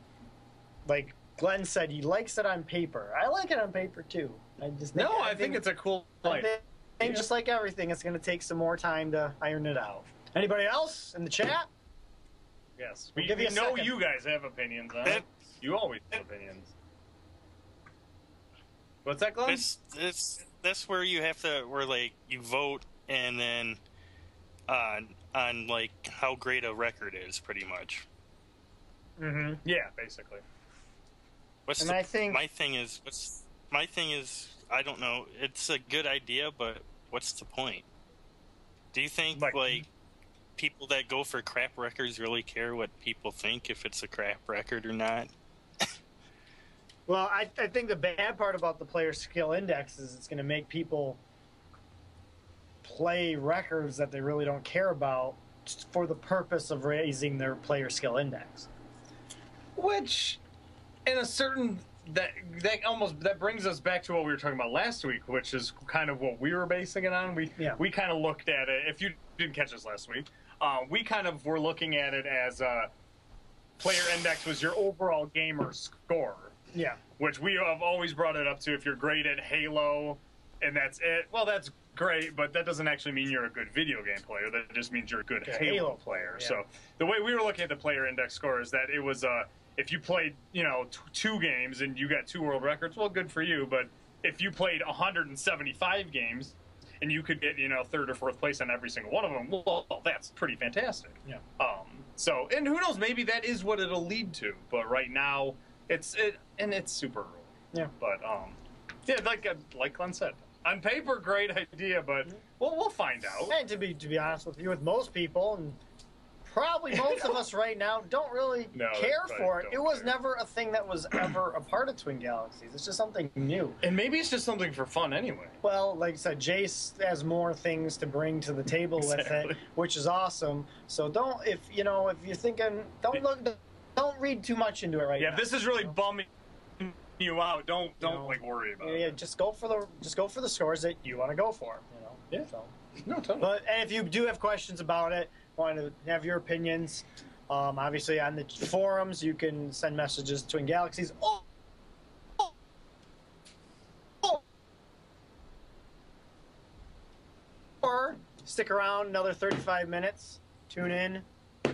Speaker 1: like Glenn said, he likes it on paper. I like it on paper too. I just
Speaker 2: no, I think it's a cool
Speaker 1: I
Speaker 2: point.
Speaker 1: think-
Speaker 2: Yeah.
Speaker 1: just like everything, it's going to take some more time to iron it out. Anybody else in the chat?
Speaker 2: Yes,
Speaker 1: We'll
Speaker 2: we,
Speaker 1: give you
Speaker 2: we
Speaker 1: a
Speaker 2: know
Speaker 1: second.
Speaker 2: you guys have opinions on it.
Speaker 3: That-
Speaker 2: You always have opinions. What's that, Glenn?
Speaker 3: That's that's that's where you have to where like you vote and then uh, on on like how great a record is pretty much.
Speaker 1: Mm-hmm.
Speaker 2: Yeah, basically.
Speaker 3: What's
Speaker 1: And
Speaker 3: the,
Speaker 1: I think-
Speaker 3: my thing is what's my thing is I don't know. It's a good idea, but what's the point? Do you think
Speaker 2: Like-
Speaker 3: like, people that go for crap records really care what people think if it's a crap record or not?
Speaker 1: Well, I, I think the bad part about the player skill index is it's going to make people play records that they really don't care about just for the purpose of raising their player skill index.
Speaker 2: Which, in a certain that that almost that brings us back to what we were talking about last week, which is kind of what we were basing it on. We
Speaker 1: Yeah.
Speaker 2: we kind of looked at it. If you didn't catch us last week, uh, we kind of were looking at it as uh, player index was your overall gamer score.
Speaker 1: Yeah.
Speaker 2: which we have always brought it up to. If you're great at Halo and that's it, well, that's great, but that doesn't actually mean you're a good video game player. That just means you're a good
Speaker 1: Yeah,
Speaker 2: Halo,
Speaker 1: Halo player,
Speaker 2: player.
Speaker 1: yeah.
Speaker 2: So the way we were looking at the player index score is that it was uh, if you played, you know, t- two games and you got two world records, well, good for you. But if you played 175 games and you could get, you know, third or fourth place on every single one of them, well, that's pretty fantastic.
Speaker 1: Yeah.
Speaker 2: Um, so, and who knows? Maybe that is what it'll lead to. But right now, it's it, and it's super early.
Speaker 1: Yeah.
Speaker 2: But um, yeah, like uh, like Glenn said, on paper, great idea, but well, we'll find out.
Speaker 1: And to be to be honest with you, with most people and probably most of us right now don't really
Speaker 2: No, they
Speaker 1: care
Speaker 2: probably
Speaker 1: for it.
Speaker 2: don't
Speaker 1: It was
Speaker 2: care.
Speaker 1: never a thing that was ever a part of Twin Galaxies. It's just something new.
Speaker 2: And maybe it's just something for fun anyway.
Speaker 1: Well, like I said, Jace has more things to bring to the table with
Speaker 2: Exactly.
Speaker 1: it, which is awesome. So don't if you know if you're thinking don't look don't read too much into it right
Speaker 2: Yeah,
Speaker 1: now.
Speaker 2: if this is really bumming you out, don't don't
Speaker 1: No.
Speaker 2: like worry about
Speaker 1: yeah, yeah,
Speaker 2: it.
Speaker 1: just go for the just go for the scores that you want to go for. You know.
Speaker 2: Yeah.
Speaker 1: So.
Speaker 2: No, totally.
Speaker 1: But and if you do have questions about it, want to have your opinions, um, obviously on the forums you can send messages to Twin Galaxies. Oh, oh, oh. Or stick around another 35 minutes. Tune in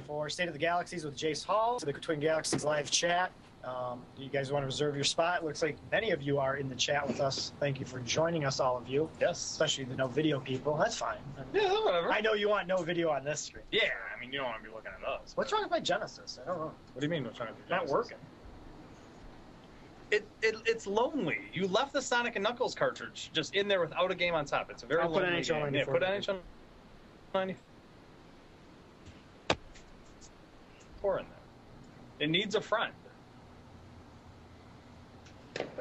Speaker 1: for State of the Galaxies with Jace Hall to the Twin Galaxies live chat. Um, you guys want to reserve your spot? Looks like many of you are in the chat with us. Thank you for joining us, all of you,
Speaker 2: yes.
Speaker 1: especially the no video people. That's fine.
Speaker 2: Yeah, whatever.
Speaker 1: I know you want no video on this stream.
Speaker 2: yeah, I mean, you don't want to be looking at us.
Speaker 1: What's wrong with my Genesis? I don't know.
Speaker 2: What do you mean? What's wrong?
Speaker 1: It's not working.
Speaker 2: It, it it's lonely. You left the Sonic and Knuckles cartridge just in there without a game on top. It's a very
Speaker 1: I'll put
Speaker 2: lonely
Speaker 1: NHL
Speaker 2: game.
Speaker 1: 94.
Speaker 2: Yeah, put NHL 94 in there. It needs a friend.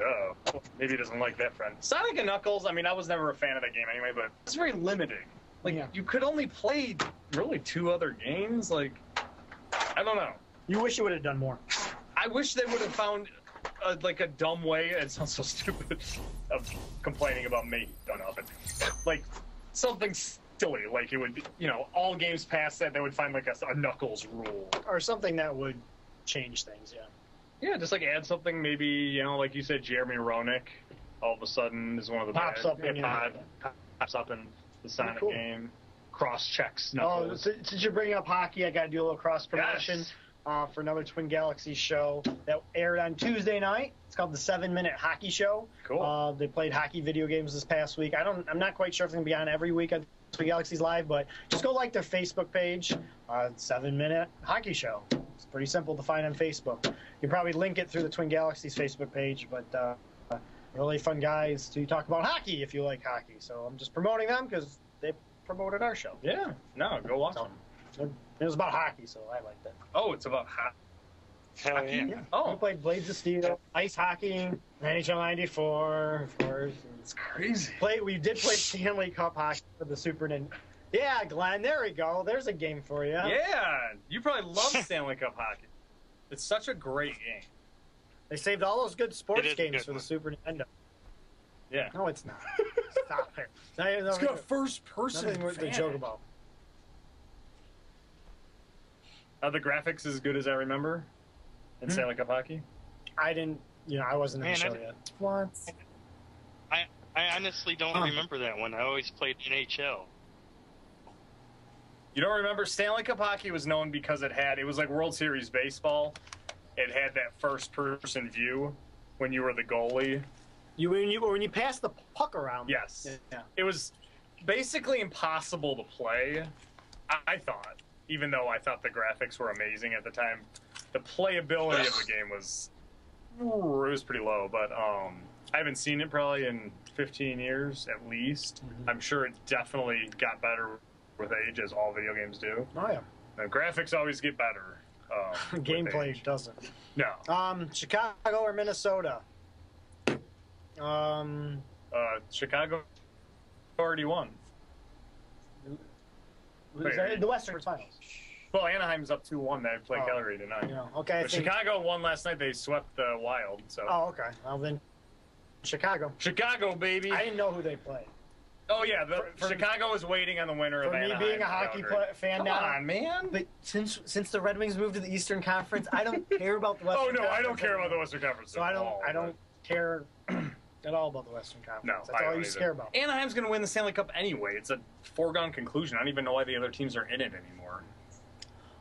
Speaker 2: Oh, maybe he doesn't like that friend. Sonic and Knuckles. I mean, I was never a fan of that game anyway, but it's very limiting. Like
Speaker 1: Yeah.
Speaker 2: you could only play really two other games. Like I don't know.
Speaker 1: You wish you would have done more.
Speaker 2: I wish they would have found uh like a dumb way. It sounds so stupid of complaining about me done of it. Like something silly. Like it would be, you know, all games past that they would find like a, a knuckles rule.
Speaker 1: Or something that would change things, yeah.
Speaker 2: Yeah, just like add something. Maybe you know, like you said, Jeremy Roenick. All of a sudden is one of the
Speaker 1: Pops
Speaker 2: bad-
Speaker 1: up in
Speaker 2: yeah,
Speaker 1: your-
Speaker 2: pop- pops up in the Sonic
Speaker 1: cool.
Speaker 2: game. Cross checks
Speaker 1: Oh,
Speaker 2: knuckles.
Speaker 1: si- since you're bringing up hockey, I got to do a little cross promotion
Speaker 2: Yes.
Speaker 1: uh, for another Twin Galaxy show that aired on Tuesday night. It's called the Seven Minute Hockey Show.
Speaker 2: Cool.
Speaker 1: Uh, they played hockey video games this past week. I don't. I'm not quite sure if it's gonna be on every week on Twin Galaxies Live, but just go like their Facebook page, uh, Seven Minute Hockey Show. It's pretty simple to find on Facebook. You probably link it through the Twin Galaxies Facebook page, but uh, really fun guys to talk about hockey if you like hockey. So I'm just promoting them because they promoted our show.
Speaker 2: Yeah. No, go watch them.
Speaker 1: It was about hockey, so I liked it.
Speaker 2: Oh, it's about hot.
Speaker 3: Hell
Speaker 2: Hockey?
Speaker 3: yeah.
Speaker 1: We
Speaker 2: Oh,
Speaker 1: played Blades of Steel, ice hockey, NHL '94, of course.
Speaker 2: it's crazy.
Speaker 1: Play, we did play Stanley Cup hockey for the Super Nintendo. Yeah, Glenn, there we go. There's a game for you.
Speaker 2: Yeah, you probably love Stanley Cup hockey. It's such a great game.
Speaker 1: They saved all those good sports
Speaker 3: It is a
Speaker 1: games
Speaker 3: good
Speaker 1: for
Speaker 3: one.
Speaker 1: the Super Nintendo.
Speaker 2: Yeah.
Speaker 1: No, it's not. Stop it. Now you know
Speaker 2: It's got first person.
Speaker 1: nothing worth to joke about.
Speaker 2: Are the graphics as good as I remember in
Speaker 1: Hmm.
Speaker 2: Stanley Cup hockey?
Speaker 1: I didn't. You know, I wasn't in
Speaker 3: Man,
Speaker 1: the show
Speaker 3: I-
Speaker 1: yet.
Speaker 2: What?
Speaker 3: I honestly don't
Speaker 2: Huh.
Speaker 3: remember that one. I always played NHL.
Speaker 2: You don't remember Stanley Cup hockey was known because it had it was like World Series baseball. It had that first person view when you were the goalie.
Speaker 1: You when you when you pass the puck around.
Speaker 2: Yes.
Speaker 1: Yeah.
Speaker 2: It was basically impossible to play. I, I thought, even though I thought the graphics were amazing at the time, the playability of the game was ooh, it was pretty low. But um, I haven't seen it probably in 15 years at least.
Speaker 1: Mhm.
Speaker 2: I'm sure it definitely got better with age, as all video games do.
Speaker 1: Oh yeah.
Speaker 2: The graphics always get better. Um, with
Speaker 1: Gameplay
Speaker 2: age.
Speaker 1: doesn't.
Speaker 2: No.
Speaker 1: Um, Chicago or Minnesota. Um,
Speaker 2: Uh, Chicago already won. Wait,
Speaker 1: is that-
Speaker 2: wait.
Speaker 1: uh, the Western Conference Finals.
Speaker 2: Well, Anaheim's up 2 1. They play
Speaker 1: Oh.
Speaker 2: Calgary tonight.
Speaker 1: You know, okay. I
Speaker 2: But
Speaker 1: think,
Speaker 2: Chicago won last night. They swept the Wild. So
Speaker 1: Oh, okay. Well then, Chicago.
Speaker 2: Chicago, baby.
Speaker 1: I didn't know who they played.
Speaker 2: oh yeah, the,
Speaker 1: For- for-
Speaker 2: Chicago is waiting on the winner
Speaker 1: For
Speaker 2: of
Speaker 1: me
Speaker 2: Anaheim
Speaker 1: being a
Speaker 2: and
Speaker 1: hockey
Speaker 2: Calgary.
Speaker 1: play, fan
Speaker 2: Come
Speaker 1: now,
Speaker 2: on, man.
Speaker 5: But since since the Red Wings moved to the Eastern Conference, I don't care about the Western.
Speaker 2: oh no, I don't
Speaker 5: Conference
Speaker 2: care about the
Speaker 5: anymore.
Speaker 2: Western Conference.
Speaker 1: So
Speaker 2: at
Speaker 1: I don't,
Speaker 2: all,
Speaker 1: I don't care at all about the Western Conference.
Speaker 2: No,
Speaker 1: that's
Speaker 2: I
Speaker 1: all you
Speaker 2: don't either.
Speaker 1: care about.
Speaker 2: but- Anaheim's going to win the Stanley Cup anyway. It's a foregone conclusion. I don't even know why the other teams are in it anymore.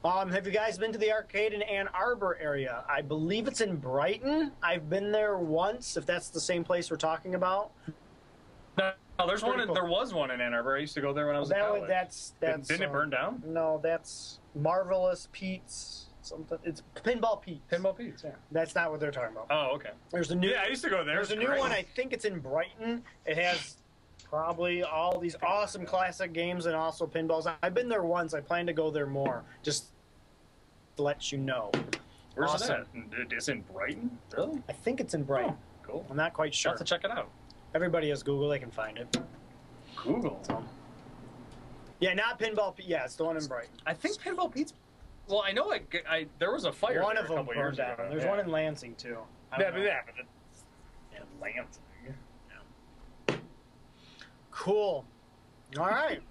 Speaker 1: Um, have you guys been to the arcade in Ann Arbor area? I believe it's in Brighton. I've been there once. If that's the same place we're talking about,
Speaker 2: No, no, Oh, there's
Speaker 1: Pretty
Speaker 2: one. in-
Speaker 1: cool.
Speaker 2: There was one in Ann Arbor. I used to go there when I was in
Speaker 1: that
Speaker 2: college.
Speaker 1: would, that's
Speaker 2: Didn't-
Speaker 1: that's.
Speaker 2: didn't it
Speaker 1: um,
Speaker 2: burn down?
Speaker 1: No, that's marvelous Pete's something. It's Pinball Pete's.
Speaker 2: Pinball Pete's.
Speaker 1: Yeah, that's not what they're talking about.
Speaker 2: Oh okay.
Speaker 1: There's a new.
Speaker 2: Yeah, I used to go there.
Speaker 1: There's a
Speaker 2: It's
Speaker 1: new
Speaker 2: great.
Speaker 1: one. I think it's in Brighton. It has probably all these awesome classic games and also pinballs. I've been there once. I plan to go there more. Just to let you know.
Speaker 2: Where's
Speaker 1: Awesome.
Speaker 2: that? It is in Brighton. Really?
Speaker 1: I think it's in Brighton.
Speaker 2: Oh, cool.
Speaker 1: I'm not quite
Speaker 2: Sure.
Speaker 1: sure.
Speaker 2: to check it out.
Speaker 1: Everybody has Google. They can find it.
Speaker 2: Google.
Speaker 1: Yeah, not pinball. P- Yeah, it's the one in Brighton.
Speaker 2: I think Pinball Pete's. Well, I know it, I there was a fire.
Speaker 1: one
Speaker 2: Oh, there
Speaker 1: of
Speaker 2: a
Speaker 1: them
Speaker 2: couple years
Speaker 1: burned down.
Speaker 2: ago.
Speaker 1: There's
Speaker 2: yeah.
Speaker 1: one in Lansing too. I
Speaker 2: Yeah,
Speaker 1: don't
Speaker 2: but
Speaker 1: know.
Speaker 2: yeah, but it's in Lansing.
Speaker 1: Cool. All right.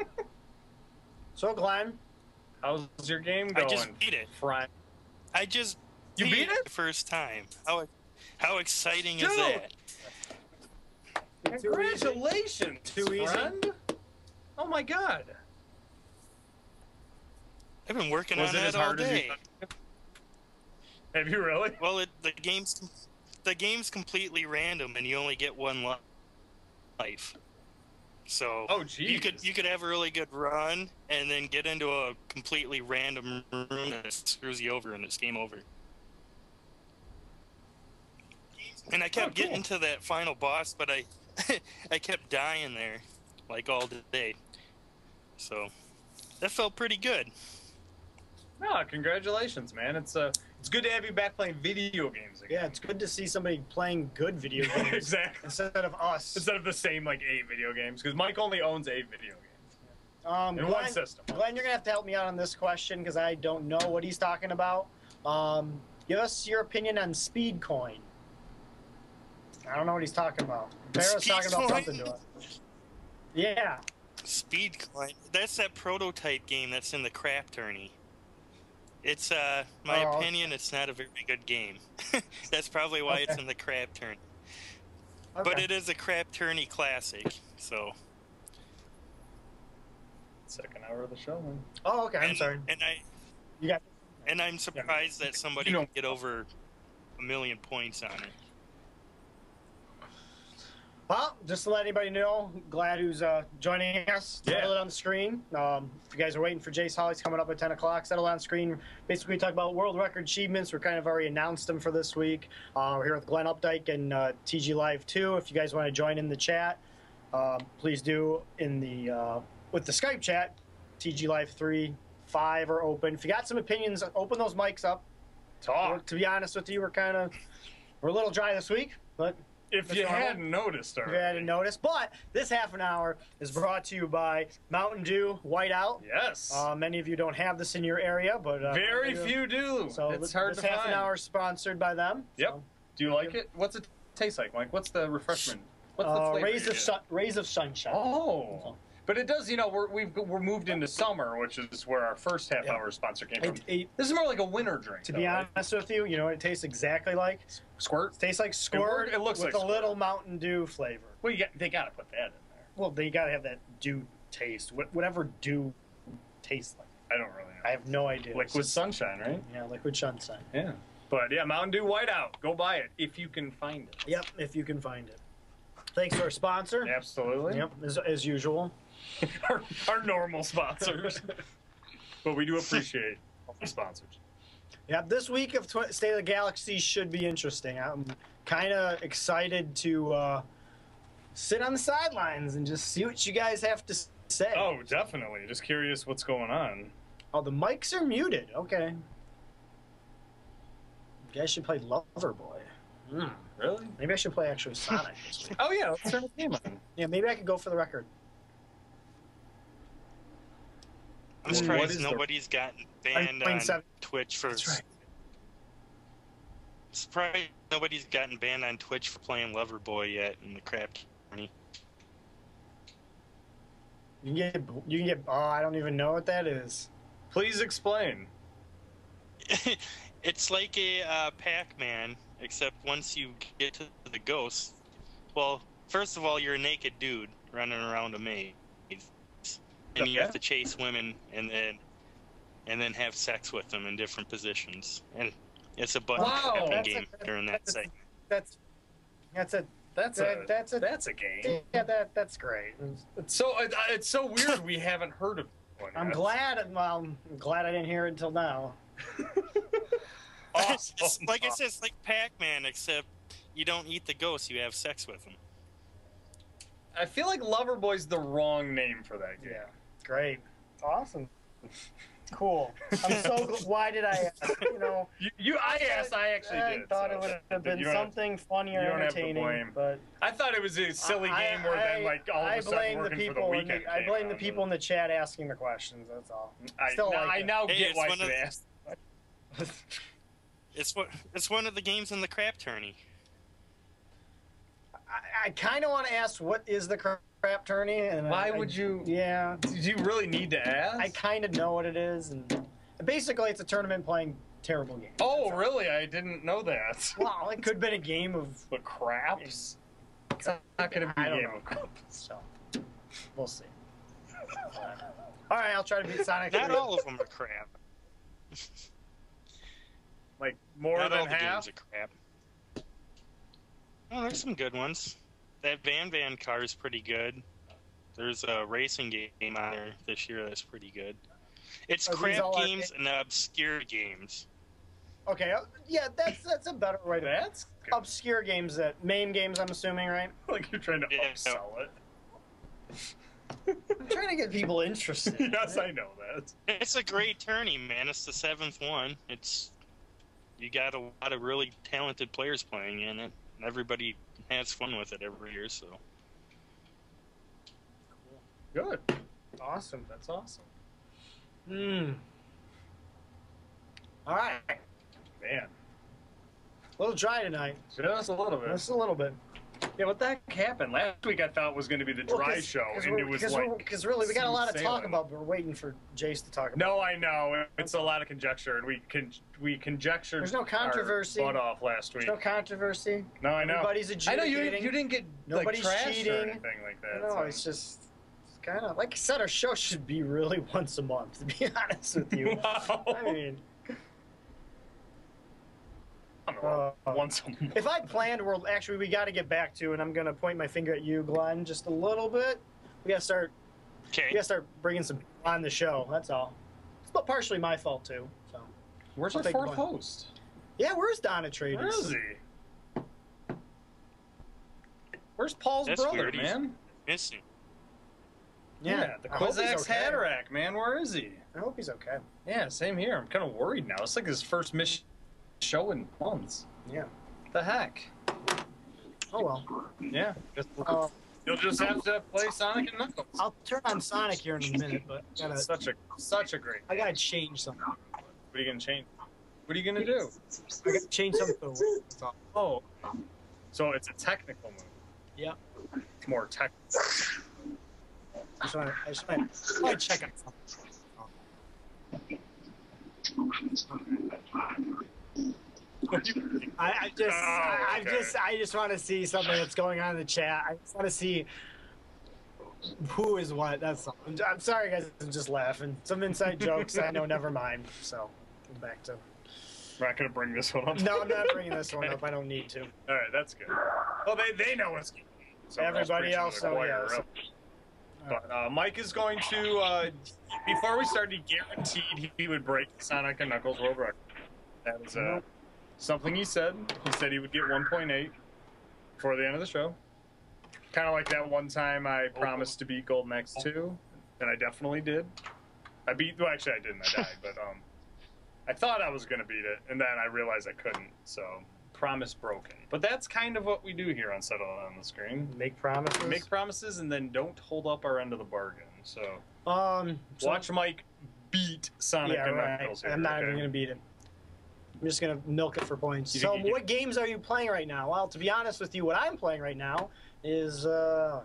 Speaker 1: so Glenn,
Speaker 2: How's your game going?
Speaker 3: I just beat it.
Speaker 2: Friday.
Speaker 3: I just
Speaker 2: You beat it?
Speaker 3: the first time. How how exciting is
Speaker 2: Dude!
Speaker 3: that?
Speaker 1: it's too easy.
Speaker 2: Congratulations,
Speaker 1: Too easy.
Speaker 2: friend. Oh my god.
Speaker 3: I've been working
Speaker 2: Was
Speaker 3: on
Speaker 2: it
Speaker 3: that
Speaker 2: as
Speaker 3: all
Speaker 2: hard as you
Speaker 3: day.
Speaker 2: thought? Have you really?
Speaker 3: Well, it, the game's the game's completely random, and you only get one li- life. So
Speaker 2: Oh, geez.
Speaker 3: you could you could have a really good run, and then get into a completely random room that screws you over, and it's game over. And I kept
Speaker 2: Oh, cool.
Speaker 3: getting to that final boss, but I I kept dying there, like all day. So that felt pretty good.
Speaker 2: No, congratulations, man. It's uh, it's good to have you back playing video games again.
Speaker 1: Yeah, it's good to see somebody playing good video games
Speaker 2: exactly.
Speaker 1: instead of us.
Speaker 2: Instead of the same like eight video games, because Mike only owns eight video games
Speaker 1: Um,
Speaker 2: in one
Speaker 1: Glenn,
Speaker 2: system.
Speaker 1: Glenn, you're gonna have to help me out on this question because I don't know what he's talking about. Um, give us your opinion on Speed Coin. I don't know what he's talking about. Barra's talking about
Speaker 3: Speedcoin?
Speaker 1: something to us. Yeah,
Speaker 3: Speed Climb. That's that prototype game that's in the crap tourney. It's uh my
Speaker 1: Oh, okay.
Speaker 3: opinion it's not a very good game. that's probably why it's
Speaker 1: Okay.
Speaker 3: in the crap tourney.
Speaker 1: okay.
Speaker 3: But it is a crap tourney classic. So
Speaker 2: Second hour of the show, man.
Speaker 1: oh, okay. I'm
Speaker 3: and,
Speaker 1: sorry.
Speaker 3: And I
Speaker 1: You got
Speaker 3: and I'm surprised that somebody
Speaker 2: You know-
Speaker 3: can get over a million points on it.
Speaker 1: Well, just to let anybody know, glad who's uh, joining us.
Speaker 2: Yeah.
Speaker 1: Settle it on the screen. Um, if you guys are waiting for Jace Holly's coming up at 10 o'clock, settle it on screen. Basically, we talk about world record achievements. We're kind of already announced them for this week. Uh, we're here with Glenn Updike and uh, TG Live 2. If you guys want to join in the chat, uh, please do in the uh, with the Skype chat. TG Live 3, 5 are open. If you got some opinions, open those mics up. We're-
Speaker 2: Talk.
Speaker 1: to be honest with you, we're kind of we're a little dry this week, but
Speaker 2: If you
Speaker 1: That's normal.
Speaker 2: hadn't noticed
Speaker 1: if
Speaker 2: already.
Speaker 1: you hadn't noticed. But this half an hour is brought to you by Mountain Dew Whiteout.
Speaker 2: Yes.
Speaker 1: Uh, many of you don't have this in your area, but uh,
Speaker 2: Very
Speaker 1: Mountain Dew-
Speaker 2: few do.
Speaker 1: So
Speaker 2: it's
Speaker 1: th-
Speaker 2: hard
Speaker 1: this
Speaker 2: to
Speaker 1: half
Speaker 2: find.
Speaker 1: an hour is sponsored by them.
Speaker 2: Yep.
Speaker 1: So,
Speaker 2: Do you like it? What's it taste like, Mike? What's the refreshment? What's the
Speaker 1: uh,
Speaker 2: flavor?
Speaker 1: rays
Speaker 2: you
Speaker 1: of
Speaker 2: get?
Speaker 1: sun, rays of sunshine.
Speaker 2: Oh. But it does, you know, we're, we've we're moved into summer, which is where our first half
Speaker 1: Yeah.
Speaker 2: hour sponsor came from.
Speaker 1: It- it-
Speaker 2: This is more like a winter drink.
Speaker 1: to
Speaker 2: though,
Speaker 1: be
Speaker 2: right?
Speaker 1: honest with you, you know what it tastes exactly like?
Speaker 2: squirt.
Speaker 1: It tastes like squirt.
Speaker 2: it looks
Speaker 1: with
Speaker 2: like
Speaker 1: a
Speaker 2: Squirt.
Speaker 1: little Mountain Dew flavor.
Speaker 2: Well, you got, they got to put that in there.
Speaker 1: Well, they gotta have that dew taste. Wh- Whatever dew tastes like.
Speaker 2: I don't really know.
Speaker 1: I have no idea.
Speaker 2: Liquid sunshine, right?
Speaker 1: Yeah, liquid sunshine.
Speaker 2: Yeah. But yeah, Mountain Dew Whiteout. Go buy it if you can find it.
Speaker 1: Yep, if you can find it. Thanks to our sponsor.
Speaker 2: Absolutely.
Speaker 1: Yep, as, as usual.
Speaker 2: our, our normal sponsors. but we do appreciate all the sponsors.
Speaker 1: Yep, this week of Twi- State of the Galaxy should be interesting. I'm kind of excited to uh, sit on the sidelines and just see what you guys have to s- say.
Speaker 2: Oh, definitely. Just curious what's going on.
Speaker 1: Oh, the mics are muted. Okay. You guys should play Loverboy.
Speaker 2: Hmm, Really?
Speaker 1: Maybe I should play actually Sonic this week.
Speaker 2: Oh yeah, let's turn the game on.
Speaker 1: Yeah, maybe I could go for the record.
Speaker 3: I'm
Speaker 2: Well, what
Speaker 3: surprised
Speaker 2: is the-
Speaker 3: nobody's gotten
Speaker 1: I'm
Speaker 3: banned
Speaker 1: playing
Speaker 3: on
Speaker 1: seven-
Speaker 3: Twitch for.
Speaker 1: That's right.
Speaker 3: Surprised nobody's gotten banned on Twitch for playing Loverboy yet and the crap. Tony.
Speaker 1: You can get, you can get, oh, I don't even know what that is.
Speaker 2: Please explain.
Speaker 3: it's like a uh, Pac-Man, except once you get to the ghost, well, first of all, you're a naked dude running around a maze, and you have to chase women and then and then have sex with them in different positions, and it's a button
Speaker 2: Wow,
Speaker 3: tapping
Speaker 1: that's a-
Speaker 3: game during that
Speaker 1: that's a-
Speaker 3: segment.
Speaker 1: That's, that's a,
Speaker 2: That's a
Speaker 1: That- that's a-
Speaker 2: that's a game.
Speaker 1: yeah, that, that's great.
Speaker 2: It's so it, it's so weird we haven't heard of one.
Speaker 1: I'm
Speaker 2: yet.
Speaker 1: glad. Well, I'm glad I didn't hear it until now.
Speaker 2: Awesome.
Speaker 3: It's- it's like I said, it's like Pac-Man, except you don't eat the ghosts, you have sex with them.
Speaker 2: I feel like Loverboy's the wrong name for that game.
Speaker 1: Yeah, great, awesome, cool. I'm so. gl- Why did I? ask? You know,
Speaker 2: You, you I asked, I actually
Speaker 1: I
Speaker 2: did.
Speaker 1: thought
Speaker 2: so
Speaker 1: it would have been
Speaker 2: you don't have-
Speaker 1: something funny or
Speaker 2: you don't have to
Speaker 1: entertaining,
Speaker 2: blame
Speaker 1: but
Speaker 2: I thought it was a silly
Speaker 1: I-
Speaker 2: game where
Speaker 1: I-
Speaker 2: then like all of
Speaker 1: I
Speaker 2: a sudden
Speaker 1: blame the
Speaker 2: working for
Speaker 1: people.
Speaker 2: the
Speaker 1: in
Speaker 2: weekend.
Speaker 1: the, I
Speaker 2: came
Speaker 1: blame
Speaker 2: out
Speaker 1: the
Speaker 2: and
Speaker 1: people in the chat asking the questions. That's all.
Speaker 2: I,
Speaker 1: still
Speaker 2: now,
Speaker 1: like
Speaker 2: I
Speaker 1: it.
Speaker 2: now
Speaker 3: Hey,
Speaker 2: get
Speaker 3: it's
Speaker 2: why
Speaker 3: one
Speaker 2: she
Speaker 3: of-
Speaker 2: asked.
Speaker 3: It's what it's one of the games in the crap tourney.
Speaker 1: I, I kind of want to ask, what is the cra- crap tourney? And I-
Speaker 2: Why
Speaker 1: I-
Speaker 2: would you-
Speaker 1: Yeah,
Speaker 2: Do you really need to ask?
Speaker 1: I kind of know what it is, and basically, it's a tournament playing terrible games.
Speaker 2: oh, really? I didn't know that.
Speaker 1: Well, it could have been a game of
Speaker 2: But craps? It's not going to be
Speaker 1: I
Speaker 2: a
Speaker 1: don't
Speaker 2: game
Speaker 1: know.
Speaker 2: of craps.
Speaker 1: So we'll see. Uh, all right, I'll try to beat Sonic.
Speaker 3: Not
Speaker 1: 3.
Speaker 3: all of them are crap.
Speaker 2: Like, more
Speaker 3: Not all
Speaker 2: than
Speaker 3: the
Speaker 2: half?
Speaker 3: games are crap. Oh, there's some good ones. That Van Van car is pretty good. There's a racing game on there this year that's pretty good. It's
Speaker 1: Are these
Speaker 3: crap
Speaker 1: all our-
Speaker 3: games and obscure games.
Speaker 1: Okay, uh, yeah, that's that's a better way to
Speaker 2: That's good.
Speaker 1: obscure games that main games. I'm assuming, right?
Speaker 2: like you're trying to
Speaker 3: Yeah.
Speaker 2: upsell it.
Speaker 1: I'm trying to get people interested.
Speaker 2: yes, I know that.
Speaker 3: It's a great tourney, man. It's the seventh one. It's you got a lot of really talented players playing in it. Everybody has fun with it every year, so
Speaker 2: Good.
Speaker 1: awesome.
Speaker 2: That's awesome.
Speaker 1: Hmm. All right, a
Speaker 2: Man,
Speaker 1: little dry tonight,
Speaker 2: just a little bit.
Speaker 1: just a little bit.
Speaker 2: Yeah, what the heck happened? Last week I thought was going to be the dry show, and it was like.
Speaker 1: because really we got a lot to
Speaker 2: smooth
Speaker 1: talk
Speaker 2: sailing.
Speaker 1: about. But we're waiting for Jace to talk about.
Speaker 2: No, I know it's a lot of conjecture, and we con- we conjectured.
Speaker 1: There's no controversy.
Speaker 2: Our butt off last week.
Speaker 1: There's no controversy.
Speaker 2: no, I know.
Speaker 1: Everybody's
Speaker 2: I
Speaker 1: adjudicating.
Speaker 2: know you you didn't get
Speaker 1: Nobody's
Speaker 2: like, trashed
Speaker 1: cheating.
Speaker 2: or anything like that.
Speaker 1: No,
Speaker 2: so-
Speaker 1: it's just kind of like I said, our show should be really once a month. To be honest with you,
Speaker 2: wow.
Speaker 1: I mean,
Speaker 2: don't know,
Speaker 1: Uh,
Speaker 2: once a month.
Speaker 1: If I planned World, actually, we got to get back to, and I'm gonna point my finger at you, Glenn, just a little bit. We gotta start.
Speaker 3: Okay.
Speaker 1: We gotta start bringing some people on the show. That's all. It's but partially my fault too. So.
Speaker 2: Where's
Speaker 1: I'll
Speaker 2: our
Speaker 1: take
Speaker 2: fourth
Speaker 1: one.
Speaker 2: host?
Speaker 1: Yeah, where's Don Atreides?
Speaker 2: Where is he? Where's Paul's
Speaker 3: That's
Speaker 2: brother,
Speaker 3: weird. He's-
Speaker 2: man?
Speaker 3: Missing.
Speaker 1: Yeah,
Speaker 2: the
Speaker 1: I hope he's
Speaker 2: Kozak's
Speaker 1: okay.
Speaker 2: Haderach, man. Where is he?
Speaker 1: I hope he's okay.
Speaker 2: Yeah, same here. I'm kind of worried now. It's like his first mission show in months.
Speaker 1: Yeah.
Speaker 2: The heck?
Speaker 1: Oh well.
Speaker 2: Yeah. Just,
Speaker 1: Uh,
Speaker 2: you'll just have to play Sonic and Knuckles.
Speaker 1: I'll turn on Sonic here in a minute, but
Speaker 2: It's
Speaker 1: gotta,
Speaker 2: such a such a great.
Speaker 1: I gotta change something.
Speaker 2: What are you gonna change? What are you gonna do?
Speaker 1: I gotta change something. For the world, that's all.
Speaker 2: Oh, so it's a technical move.
Speaker 1: Yep.
Speaker 2: It's more tech.
Speaker 1: I just wanna- I just wanna- I just wanna Oh, check on something. I, I just,
Speaker 2: Oh,
Speaker 1: I, I
Speaker 2: okay.
Speaker 1: just, I just want to see something that's going on in the chat. I just want to see who is what. That's all. I'm, I'm sorry, guys. I'm just laughing. Some inside jokes. I know. Never mind. So, back to.
Speaker 2: We're not gonna bring this one up.
Speaker 1: No, I'm not bringing this one up. I don't need to.
Speaker 2: All right, that's good. Well, they they know what's. going on. So we're just
Speaker 1: Everybody
Speaker 2: preaching to
Speaker 1: else,
Speaker 2: the
Speaker 1: oh,
Speaker 2: choir,
Speaker 1: yeah, so-
Speaker 2: right? But uh, Mike is going to. Uh, before we started, he guaranteed he would break Sonic and Knuckles world record. That was uh,
Speaker 1: Nope.
Speaker 2: something he said. He said he would get 1.8 before the end of the show. Kind of like that one time I promised to beat Golden X 2, and I definitely did. I beat. Well, actually, I didn't. I died, but um, I thought I was gonna beat it, and then I realized I couldn't. So promise broken. But that's kind of what we do here on Settle on the Screen
Speaker 1: Make promises.
Speaker 2: make promises and then don't hold up our end of the bargain. So
Speaker 1: um. so-
Speaker 2: watch Mike beat Sonic
Speaker 1: Yeah,
Speaker 2: and
Speaker 1: right.
Speaker 2: Knuckles. here,
Speaker 1: I'm not
Speaker 2: okay?
Speaker 1: even gonna beat him. I'm just gonna milk it for points.
Speaker 2: You
Speaker 1: So,
Speaker 2: think you-
Speaker 1: what games are you playing right now? Well, to be honest with you, what I'm playing right now is uh,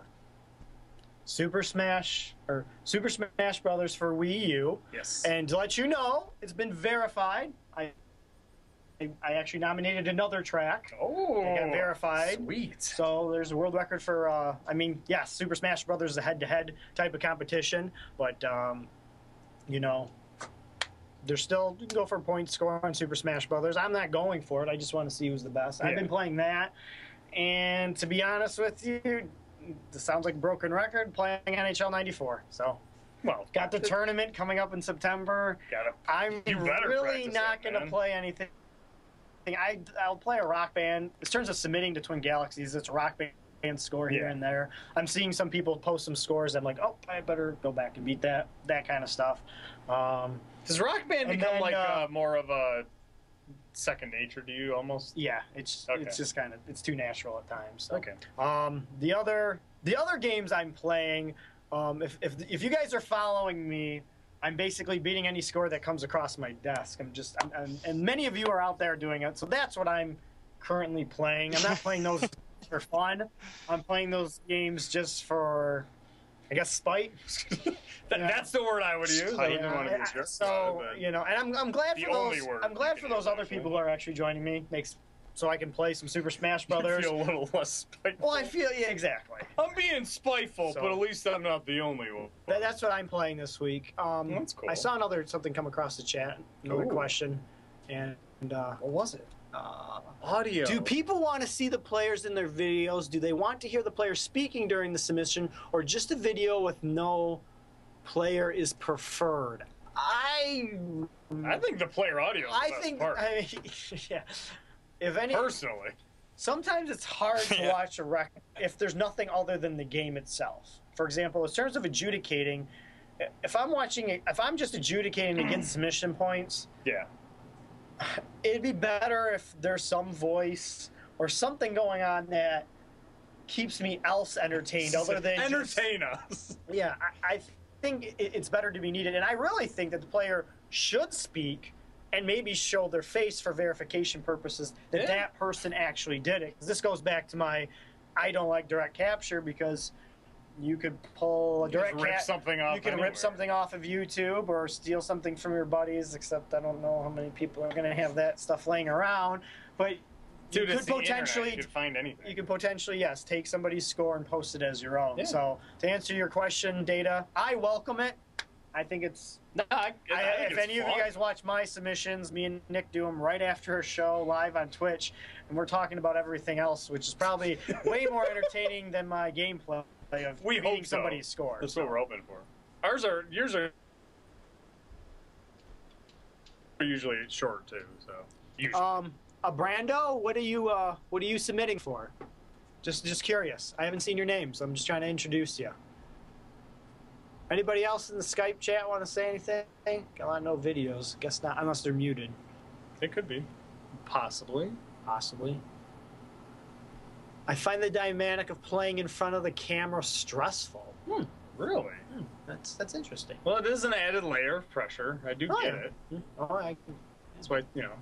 Speaker 1: Super Smash or Super Smash Brothers for Wii U.
Speaker 2: Yes.
Speaker 1: And to let you know, it's been verified. I I I actually nominated another track,
Speaker 2: oh,
Speaker 1: It got verified.
Speaker 2: Sweet.
Speaker 1: so there's a world record for. Uh, I mean, yes, Super Smash Brothers is a head-to-head type of competition, but um, you know, there's still you can go for point score on Super Smash Brothers. I'm not going for it. I just want to see who's the best. I've
Speaker 2: Yeah.
Speaker 1: been playing that, and to be honest with you, this sounds like a broken record playing NHL '94. So
Speaker 2: well,
Speaker 1: got the tournament coming up in September.
Speaker 2: got it.
Speaker 1: I'm
Speaker 2: You better
Speaker 1: really
Speaker 2: practice
Speaker 1: not
Speaker 2: that,
Speaker 1: going to
Speaker 2: man.
Speaker 1: play anything. I, I'll play a rock band. In terms of submitting to Twin Galaxies, it's rock band score here
Speaker 2: Yeah.
Speaker 1: and there. I'm seeing some people post some scores. I'm like, oh, I better go back and beat that, that kind of stuff. Um,
Speaker 2: Does Rock Band
Speaker 1: And
Speaker 2: become
Speaker 1: then,
Speaker 2: like
Speaker 1: uh,
Speaker 2: uh, more of a second nature to you almost?
Speaker 1: yeah, it's
Speaker 2: Okay.
Speaker 1: it's just kind of it's too natural at times. So.
Speaker 2: Okay.
Speaker 1: Um, the other the other games I'm playing, um, if, if if you guys are following me, I'm basically beating any score that comes across my desk. I'm just I'm, I'm, and many of you are out there doing it, so that's what I'm currently playing. I'm not playing those for fun. I'm playing those games just for, I guess, spite.
Speaker 2: Th-
Speaker 1: Yeah.
Speaker 2: That's the word I would use. I
Speaker 3: Yeah,
Speaker 2: wouldn't want to be a
Speaker 1: I-
Speaker 2: jerk.
Speaker 1: so
Speaker 2: about it,
Speaker 1: you know, and I'm, I'm glad
Speaker 2: The
Speaker 1: for those.
Speaker 2: only word
Speaker 1: I'm glad
Speaker 2: you
Speaker 1: for
Speaker 2: can
Speaker 1: those
Speaker 2: use,
Speaker 1: other
Speaker 2: actually.
Speaker 1: people who are actually joining me. Makes so I can play some Super Smash
Speaker 2: but
Speaker 1: Brothers.
Speaker 2: feel a little less spiteful.
Speaker 1: Well, I feel yeah, exactly.
Speaker 2: I'm being spiteful,
Speaker 1: So-
Speaker 2: but at least I'm not the only one.
Speaker 1: That, that's what I'm playing this week. Um,
Speaker 2: That's cool.
Speaker 1: I saw another something come across the chat, another
Speaker 2: Ooh.
Speaker 1: question, and uh, what was it? Uh,
Speaker 2: audio.
Speaker 1: do people want to see the players in their videos? Do they want to hear the players speaking during the submission, or just a video with no player is preferred? I
Speaker 2: I think the player audio. Is the
Speaker 1: I
Speaker 2: best
Speaker 1: think
Speaker 2: part,
Speaker 1: I, yeah. If any,
Speaker 2: personally.
Speaker 1: sometimes it's hard to
Speaker 3: Yeah.
Speaker 1: watch a rec if there's nothing other than the game itself. For example, in terms of adjudicating, if I'm watching, it- if I'm just adjudicating against submission points,
Speaker 2: Yeah.
Speaker 1: it'd be better if there's some voice or something going on that keeps me else entertained other than just-
Speaker 2: entertain us.
Speaker 1: yeah, I, I think it, it's better to be needed, and I really think that the player should speak and maybe show their face for verification purposes that
Speaker 2: Yeah.
Speaker 1: that person actually did it. 'Cause This goes back to my I don't like direct capture because you could pull a direct
Speaker 2: Just rip
Speaker 1: cap-
Speaker 2: something off.
Speaker 1: you can
Speaker 2: anywhere.
Speaker 1: rip something off of YouTube or steal something from your buddies. Except I don't know how many people are going to have that stuff laying around, but
Speaker 2: Dude,
Speaker 1: you
Speaker 2: it's
Speaker 1: could
Speaker 2: the internet.
Speaker 1: potentially
Speaker 2: you could find anything.
Speaker 1: you can potentially yes take somebody's score and post it as your own
Speaker 2: Yeah.
Speaker 1: so to answer your question data i welcome it I think it's.
Speaker 2: No, I, I
Speaker 1: I, if
Speaker 2: think it's
Speaker 1: any of
Speaker 2: fun.
Speaker 1: you guys watch my submissions, me and Nick do them right after a show live on Twitch, and we're talking about everything else, which is probably way more entertaining than my gameplay of
Speaker 2: We
Speaker 1: beating
Speaker 2: hope so.
Speaker 1: somebody's score.
Speaker 2: That's what we're hoping for. Ours are yours are are usually short too. So usually.
Speaker 1: Um, a Brando, what are you? Uh, what are you submitting for? Just, just curious. I haven't seen your name, so I'm just trying to introduce you. Anybody else in the Skype chat want to say anything? Got a lot of no videos. Guess not, unless they're muted,
Speaker 2: it could be possibly.
Speaker 1: possibly. I find the dynamic of playing in front of the camera stressful. Hmm,
Speaker 2: Really?
Speaker 1: That's that's interesting.
Speaker 2: Well, it is an added layer of pressure. I do
Speaker 1: Oh,
Speaker 2: get
Speaker 1: yeah.
Speaker 2: it.
Speaker 1: All right.
Speaker 2: That's why you know,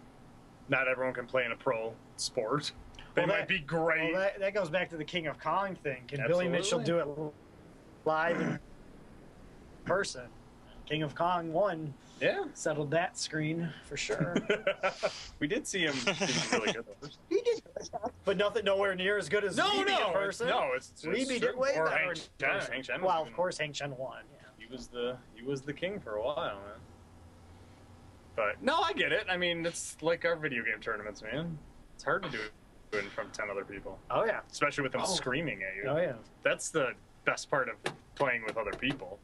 Speaker 2: not everyone can play in a pro sport. They
Speaker 1: Well,
Speaker 2: might
Speaker 1: that-
Speaker 2: be great.
Speaker 1: Well, that, that goes back to the King of Kong thing. Can Billy Mitchell do
Speaker 2: Absolutely.
Speaker 1: it live in person? King of Kong one
Speaker 2: yeah.
Speaker 1: settled that screen for sure,
Speaker 2: we did see him. He was really good. though.
Speaker 1: but nothing nowhere near as good as
Speaker 2: no,
Speaker 1: Weeby
Speaker 2: no,
Speaker 1: in
Speaker 2: it's,
Speaker 1: person.
Speaker 2: no. It's, it's
Speaker 1: Weeby did
Speaker 2: certain-
Speaker 1: way
Speaker 2: or
Speaker 1: better in
Speaker 2: Hank Chen-
Speaker 1: person.
Speaker 2: Hank Chen was
Speaker 1: Well, of
Speaker 2: even-
Speaker 1: course, Hank Chen won. Yeah.
Speaker 2: he was the he was the king for a while, man. But no, I get it. I mean, it's like our video game tournaments, man. It's hard to do it in front of ten other people,
Speaker 1: Oh yeah.
Speaker 2: especially with them
Speaker 1: Oh.
Speaker 2: screaming at you.
Speaker 1: Oh yeah.
Speaker 2: That's the best part of playing with other people.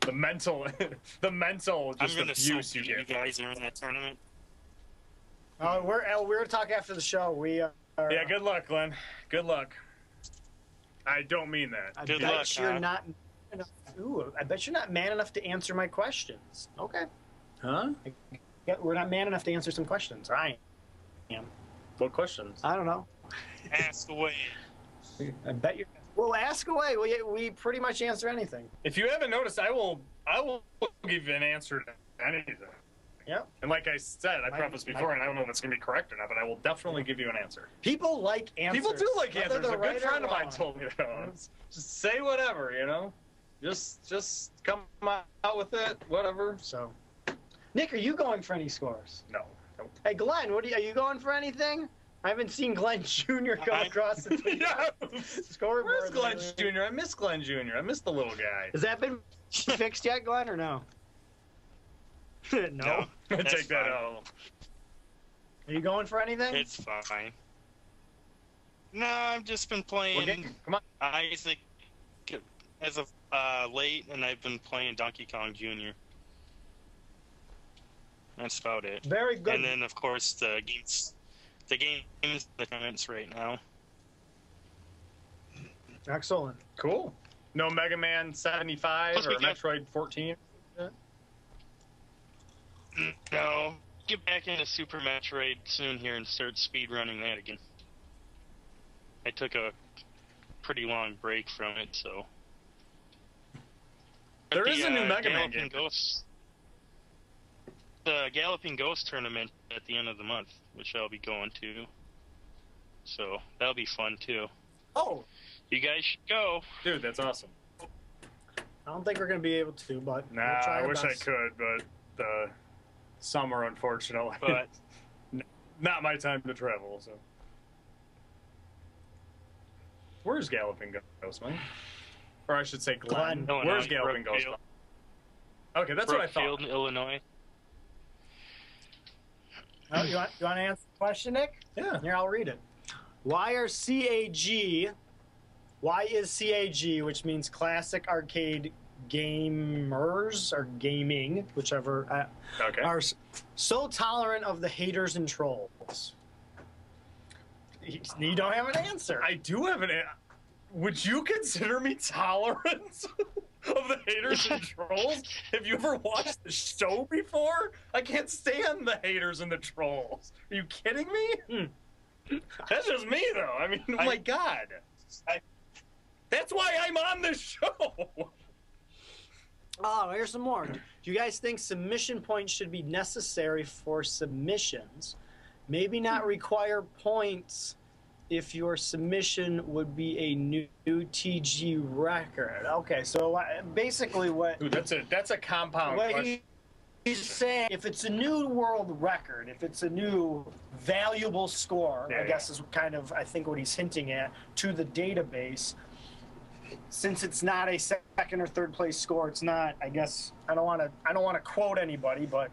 Speaker 2: The mental, the mental
Speaker 3: I'm
Speaker 2: just
Speaker 3: gonna
Speaker 2: abuse
Speaker 3: so
Speaker 2: you
Speaker 3: beat you
Speaker 2: get.
Speaker 3: guys during that tournament.
Speaker 1: Uh, we're uh, we're gonna talk after the show. We uh, are.
Speaker 2: Yeah, good luck, Glenn. Good luck. I don't mean that.
Speaker 1: I
Speaker 3: Good
Speaker 1: bet
Speaker 3: luck,
Speaker 1: you're
Speaker 3: huh?
Speaker 1: not. Enough, ooh, I bet you're not man enough to answer my questions. Okay.
Speaker 2: Huh?
Speaker 1: Yeah, we're not man enough to answer some questions. All right.
Speaker 2: What questions?
Speaker 1: I don't know.
Speaker 3: Ask away.
Speaker 1: I bet you. Well, ask away. We, we pretty much answer anything.
Speaker 2: If you haven't noticed, I will I will give you an answer to anything.
Speaker 1: Yep.
Speaker 2: And like I said, I
Speaker 1: Might-
Speaker 2: prefaced
Speaker 1: might-
Speaker 2: before, and I don't know if it's gonna be correct or not, but I will definitely give you an answer.
Speaker 1: People like answers.
Speaker 2: People do like
Speaker 1: whether
Speaker 2: answers.
Speaker 1: they're
Speaker 2: A
Speaker 1: right
Speaker 2: good
Speaker 1: or
Speaker 2: friend of mine
Speaker 1: wrong.
Speaker 2: told me that. Just say whatever, you know. Just just come out with it, whatever.
Speaker 1: So, Nick, are you going for any scores?
Speaker 2: No. Nope.
Speaker 1: Hey, Glenn, what are you, are you going for anything? I haven't seen Glenn Jr. go
Speaker 3: I-
Speaker 1: across the
Speaker 2: yeah.
Speaker 1: scoreboard.
Speaker 2: Where's Glenn
Speaker 1: lately.
Speaker 2: Jr.? I miss Glenn Jr. I miss the little guy.
Speaker 1: Has that been fixed yet, Glenn, or no? no.
Speaker 3: No. That's
Speaker 2: Take that
Speaker 3: fine.
Speaker 2: out.
Speaker 1: Are you going for anything?
Speaker 3: It's fine. No, I've just been
Speaker 2: We're
Speaker 3: playing
Speaker 2: getting- Come on.
Speaker 3: Isaac as of uh, late, and I've been playing Donkey Kong Jr. That's about it.
Speaker 1: Very good.
Speaker 3: And then, of course, the games, the games, the tournaments right now.
Speaker 1: Excellent.
Speaker 2: Cool. No Mega Man 75
Speaker 3: Plus
Speaker 2: or
Speaker 3: we got-
Speaker 2: Metroid 14.
Speaker 3: No, get back into Super Metroid soon here and start speedrunning that again. I took a pretty long break from it, so.
Speaker 2: There
Speaker 3: There is
Speaker 2: is a new Mega Man
Speaker 3: Galloping
Speaker 2: game.
Speaker 3: Ghost, the Galloping Ghost tournament at the end of the month, which I'll be going to. So that'll be fun too.
Speaker 1: Oh,
Speaker 3: You guys should go.
Speaker 2: Dude, that's awesome.
Speaker 1: I don't think we're going to be able to, but.
Speaker 2: Nah,
Speaker 1: we'll try
Speaker 2: I
Speaker 1: our
Speaker 2: wish
Speaker 1: best.
Speaker 2: I could, but uh, summer, unfortunately,
Speaker 3: But
Speaker 2: not my time to travel. So, where's Galloping Ghost, Mike? Or I should say Glenn.
Speaker 1: Glenn.
Speaker 2: Where's
Speaker 3: Illinois,
Speaker 2: Galloping Ghost?
Speaker 3: Brookfield-
Speaker 2: Mike? Okay, that's
Speaker 3: Brookfield,
Speaker 2: what I thought.
Speaker 3: Illinois.
Speaker 1: Oh, you, want, you want to answer the question, Nick?
Speaker 2: Yeah.
Speaker 1: Here, I'll read it. Why are CAG? Why is CAG, which means classic arcade gamers or gaming, whichever, uh,
Speaker 2: Okay.
Speaker 1: are s- so tolerant of the haters and trolls? You you don't have an answer.
Speaker 2: I do have an. Would you consider me tolerant of the haters and trolls? Have you ever watched the show before? I can't stand the haters and the trolls. Are you kidding me?
Speaker 1: Hmm.
Speaker 2: That's just me, though. I mean, oh
Speaker 3: I-
Speaker 2: my god. I, that's why I'm on this show.
Speaker 1: Oh, here's some more. Do you guys think submission points should be necessary for submissions? Maybe not require points if your submission would be a new TG record. Okay, so uh, basically what
Speaker 2: Dude, that's a that's a compound
Speaker 1: what
Speaker 2: question.
Speaker 1: he, he's saying, if it's a new world record, if it's a new valuable score,
Speaker 2: Yeah,
Speaker 1: I guess is kind of I think what he's hinting at to the database. since it's not a second or third place score, it's not. I guess I don't want to. I don't want to quote anybody, but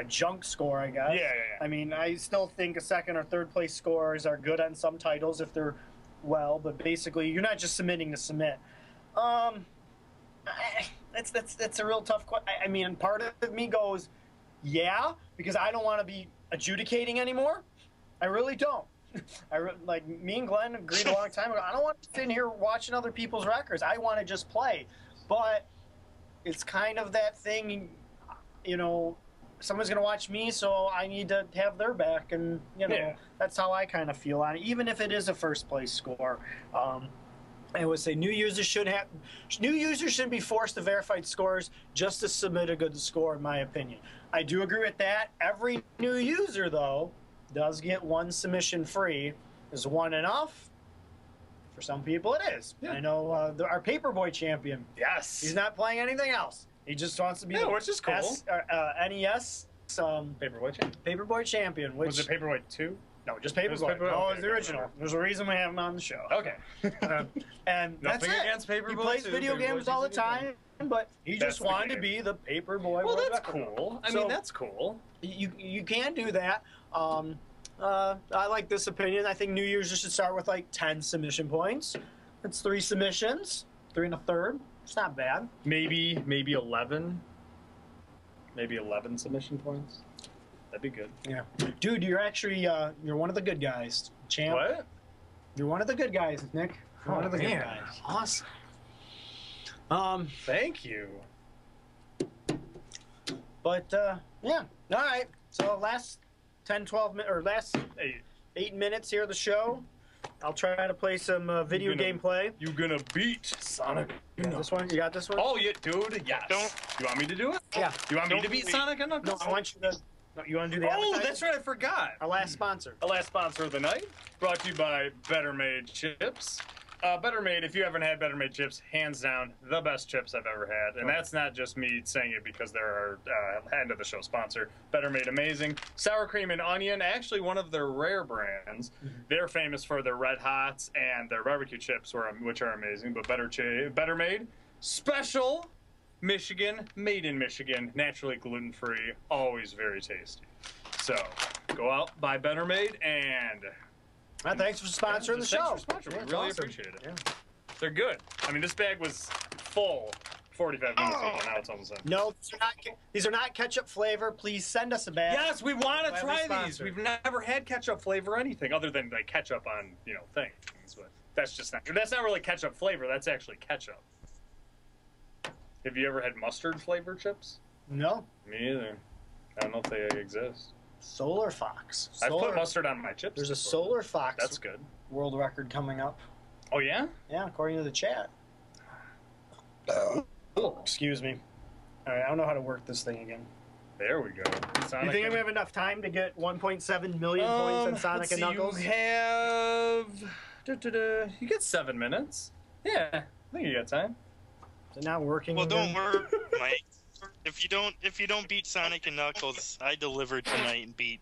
Speaker 1: a junk score, I guess.
Speaker 2: Yeah, yeah, yeah.
Speaker 1: I mean, I still think a second or third place scores are good on some titles if they're well, but basically, you're not just submitting to submit. Um, I, that's that's that's a real tough question. I mean, part of me goes, yeah, because I don't want to be adjudicating anymore. I really don't. I re- like me and Glenn agreed a long time ago. I don't want to sit in here watching other people's records. I want to just play. But it's kind of that thing, you know. Someone's gonna watch me, so I need to have their back, and you know
Speaker 2: Yeah.
Speaker 1: that's how I kind of feel on it. Even if it is a first place score, um, I would say new users should have new users shouldn't be forced to verify scores just to submit a good score, in my opinion. I do agree with that. Every new user though does get one submission free. Is one enough? For some people, it is.
Speaker 2: Yeah.
Speaker 1: I know uh, the, our Paperboy champion.
Speaker 2: Yes.
Speaker 1: He's not playing anything else. He just wants to be
Speaker 2: Yeah,
Speaker 1: the
Speaker 2: which is cool.
Speaker 1: S- uh, uh, NES um,
Speaker 2: Paperweight.
Speaker 1: Paperboy champion. Which
Speaker 2: Was it Paperweight two?
Speaker 1: no, just
Speaker 2: It
Speaker 1: Paperboy.
Speaker 2: was
Speaker 1: No,
Speaker 2: Paperboy?
Speaker 1: Oh,
Speaker 2: Okay,
Speaker 1: it's the
Speaker 2: okay,
Speaker 1: original.
Speaker 2: whatever.
Speaker 1: There's a reason we have him on the show.
Speaker 2: Okay.
Speaker 1: Um, and that's
Speaker 2: Nothing
Speaker 1: it.
Speaker 2: against Paperboy.
Speaker 1: he plays
Speaker 2: two,
Speaker 1: video
Speaker 2: Paperboy
Speaker 1: games
Speaker 2: two
Speaker 1: all the
Speaker 2: is a good game.
Speaker 1: time, but he
Speaker 2: That's
Speaker 1: just
Speaker 2: the
Speaker 1: wanted
Speaker 2: game.
Speaker 1: to be the Paperboy.
Speaker 2: Well,
Speaker 1: world
Speaker 2: that's
Speaker 1: record.
Speaker 2: cool. I
Speaker 1: So-
Speaker 2: mean, that's cool.
Speaker 1: You you can do that. Um, uh, I like this opinion. I think new users should start with like ten submission points. That's three submissions, three and a third. It's not bad.
Speaker 2: Maybe, maybe eleven. Maybe eleven submission points. That'd be good.
Speaker 1: Yeah, dude, you're actually uh, you're one of the good guys, champ.
Speaker 2: What?
Speaker 1: You're one of the good guys, Nick. You're
Speaker 2: Oh,
Speaker 1: one of the good
Speaker 2: man.
Speaker 1: guys. Awesome. Um,
Speaker 2: Thank you.
Speaker 1: but uh, yeah. All right. So last 10, 12 minutes, or last
Speaker 2: Hey,
Speaker 1: eight minutes here of the show. I'll try to play some uh, video
Speaker 2: You're gonna-
Speaker 1: gameplay.
Speaker 2: you gonna beat Sonic?
Speaker 1: You got
Speaker 2: Knuckles.
Speaker 1: This one, you got this one.
Speaker 2: Oh, yeah, dude. Yes.
Speaker 3: Don't-
Speaker 2: You want me to do it?
Speaker 1: Yeah.
Speaker 2: You want me
Speaker 3: Don't
Speaker 2: to beat
Speaker 3: wait.
Speaker 2: Sonic and
Speaker 1: No,
Speaker 2: Knuckles?
Speaker 1: I want you to. No, you want to do the.
Speaker 2: oh,
Speaker 1: advertising?
Speaker 2: that's right. I forgot.
Speaker 1: Our last sponsor.
Speaker 2: Our last sponsor of the night, brought to you by Better Made Chips. Uh, Better Made, if you haven't had Better Made Chips, hands down the best chips I've ever had. And that's not just me saying it because they're our uh, end of the show sponsor. Better Made Amazing. Sour Cream and Onion, actually one of their rare brands. They're famous for their Red Hots and their barbecue chips, were- which are amazing, but Better, chi- better Made, special Michigan, made in Michigan, naturally gluten free, always very tasty. So go out, buy Better Made, and
Speaker 1: Uh, thanks for sponsoring the
Speaker 2: Thanks
Speaker 1: show.
Speaker 2: for sponsoring. We
Speaker 1: Yeah, it's
Speaker 2: really
Speaker 1: awesome.
Speaker 2: appreciate it.
Speaker 1: Yeah.
Speaker 2: They're good. I mean, this bag was full 45 minutes
Speaker 1: Oh.
Speaker 2: ago. Now it's almost empty.
Speaker 1: No, these are not. These are not ketchup flavor. Please send us a bag.
Speaker 2: Yes, we want
Speaker 1: Glad
Speaker 2: to
Speaker 1: we
Speaker 2: try these.
Speaker 1: sponsored.
Speaker 2: We've never had ketchup flavor anything other than like ketchup on you know things, but that's just not. That's not really ketchup flavor. That's actually ketchup. Have you ever had mustard flavored chips?
Speaker 1: No.
Speaker 2: Me either. I don't know if they exist.
Speaker 1: Solar Fox.
Speaker 2: I've
Speaker 1: Solar-
Speaker 2: put mustard on my chips.
Speaker 1: There's a
Speaker 2: before.
Speaker 1: Solar Fox
Speaker 2: That's good.
Speaker 1: world record coming up.
Speaker 2: Oh yeah.
Speaker 1: Yeah, according to the chat.
Speaker 2: Cool.
Speaker 1: Excuse me. All right, I don't know how to work this thing again.
Speaker 2: There we go.
Speaker 1: You
Speaker 2: Sonic
Speaker 1: think
Speaker 2: and-
Speaker 1: we have enough time to get 1.7 million points on
Speaker 2: Um,
Speaker 1: Sonic
Speaker 2: let's
Speaker 1: and
Speaker 2: see,
Speaker 1: Knuckles?
Speaker 2: You have. duh, duh, duh, you get seven minutes. Yeah, I think you got time.
Speaker 1: Is it not working?
Speaker 3: Well, don't
Speaker 1: again?
Speaker 3: worry, Mike. If you don't, if you don't beat Sonic and Knuckles, I delivered tonight and beat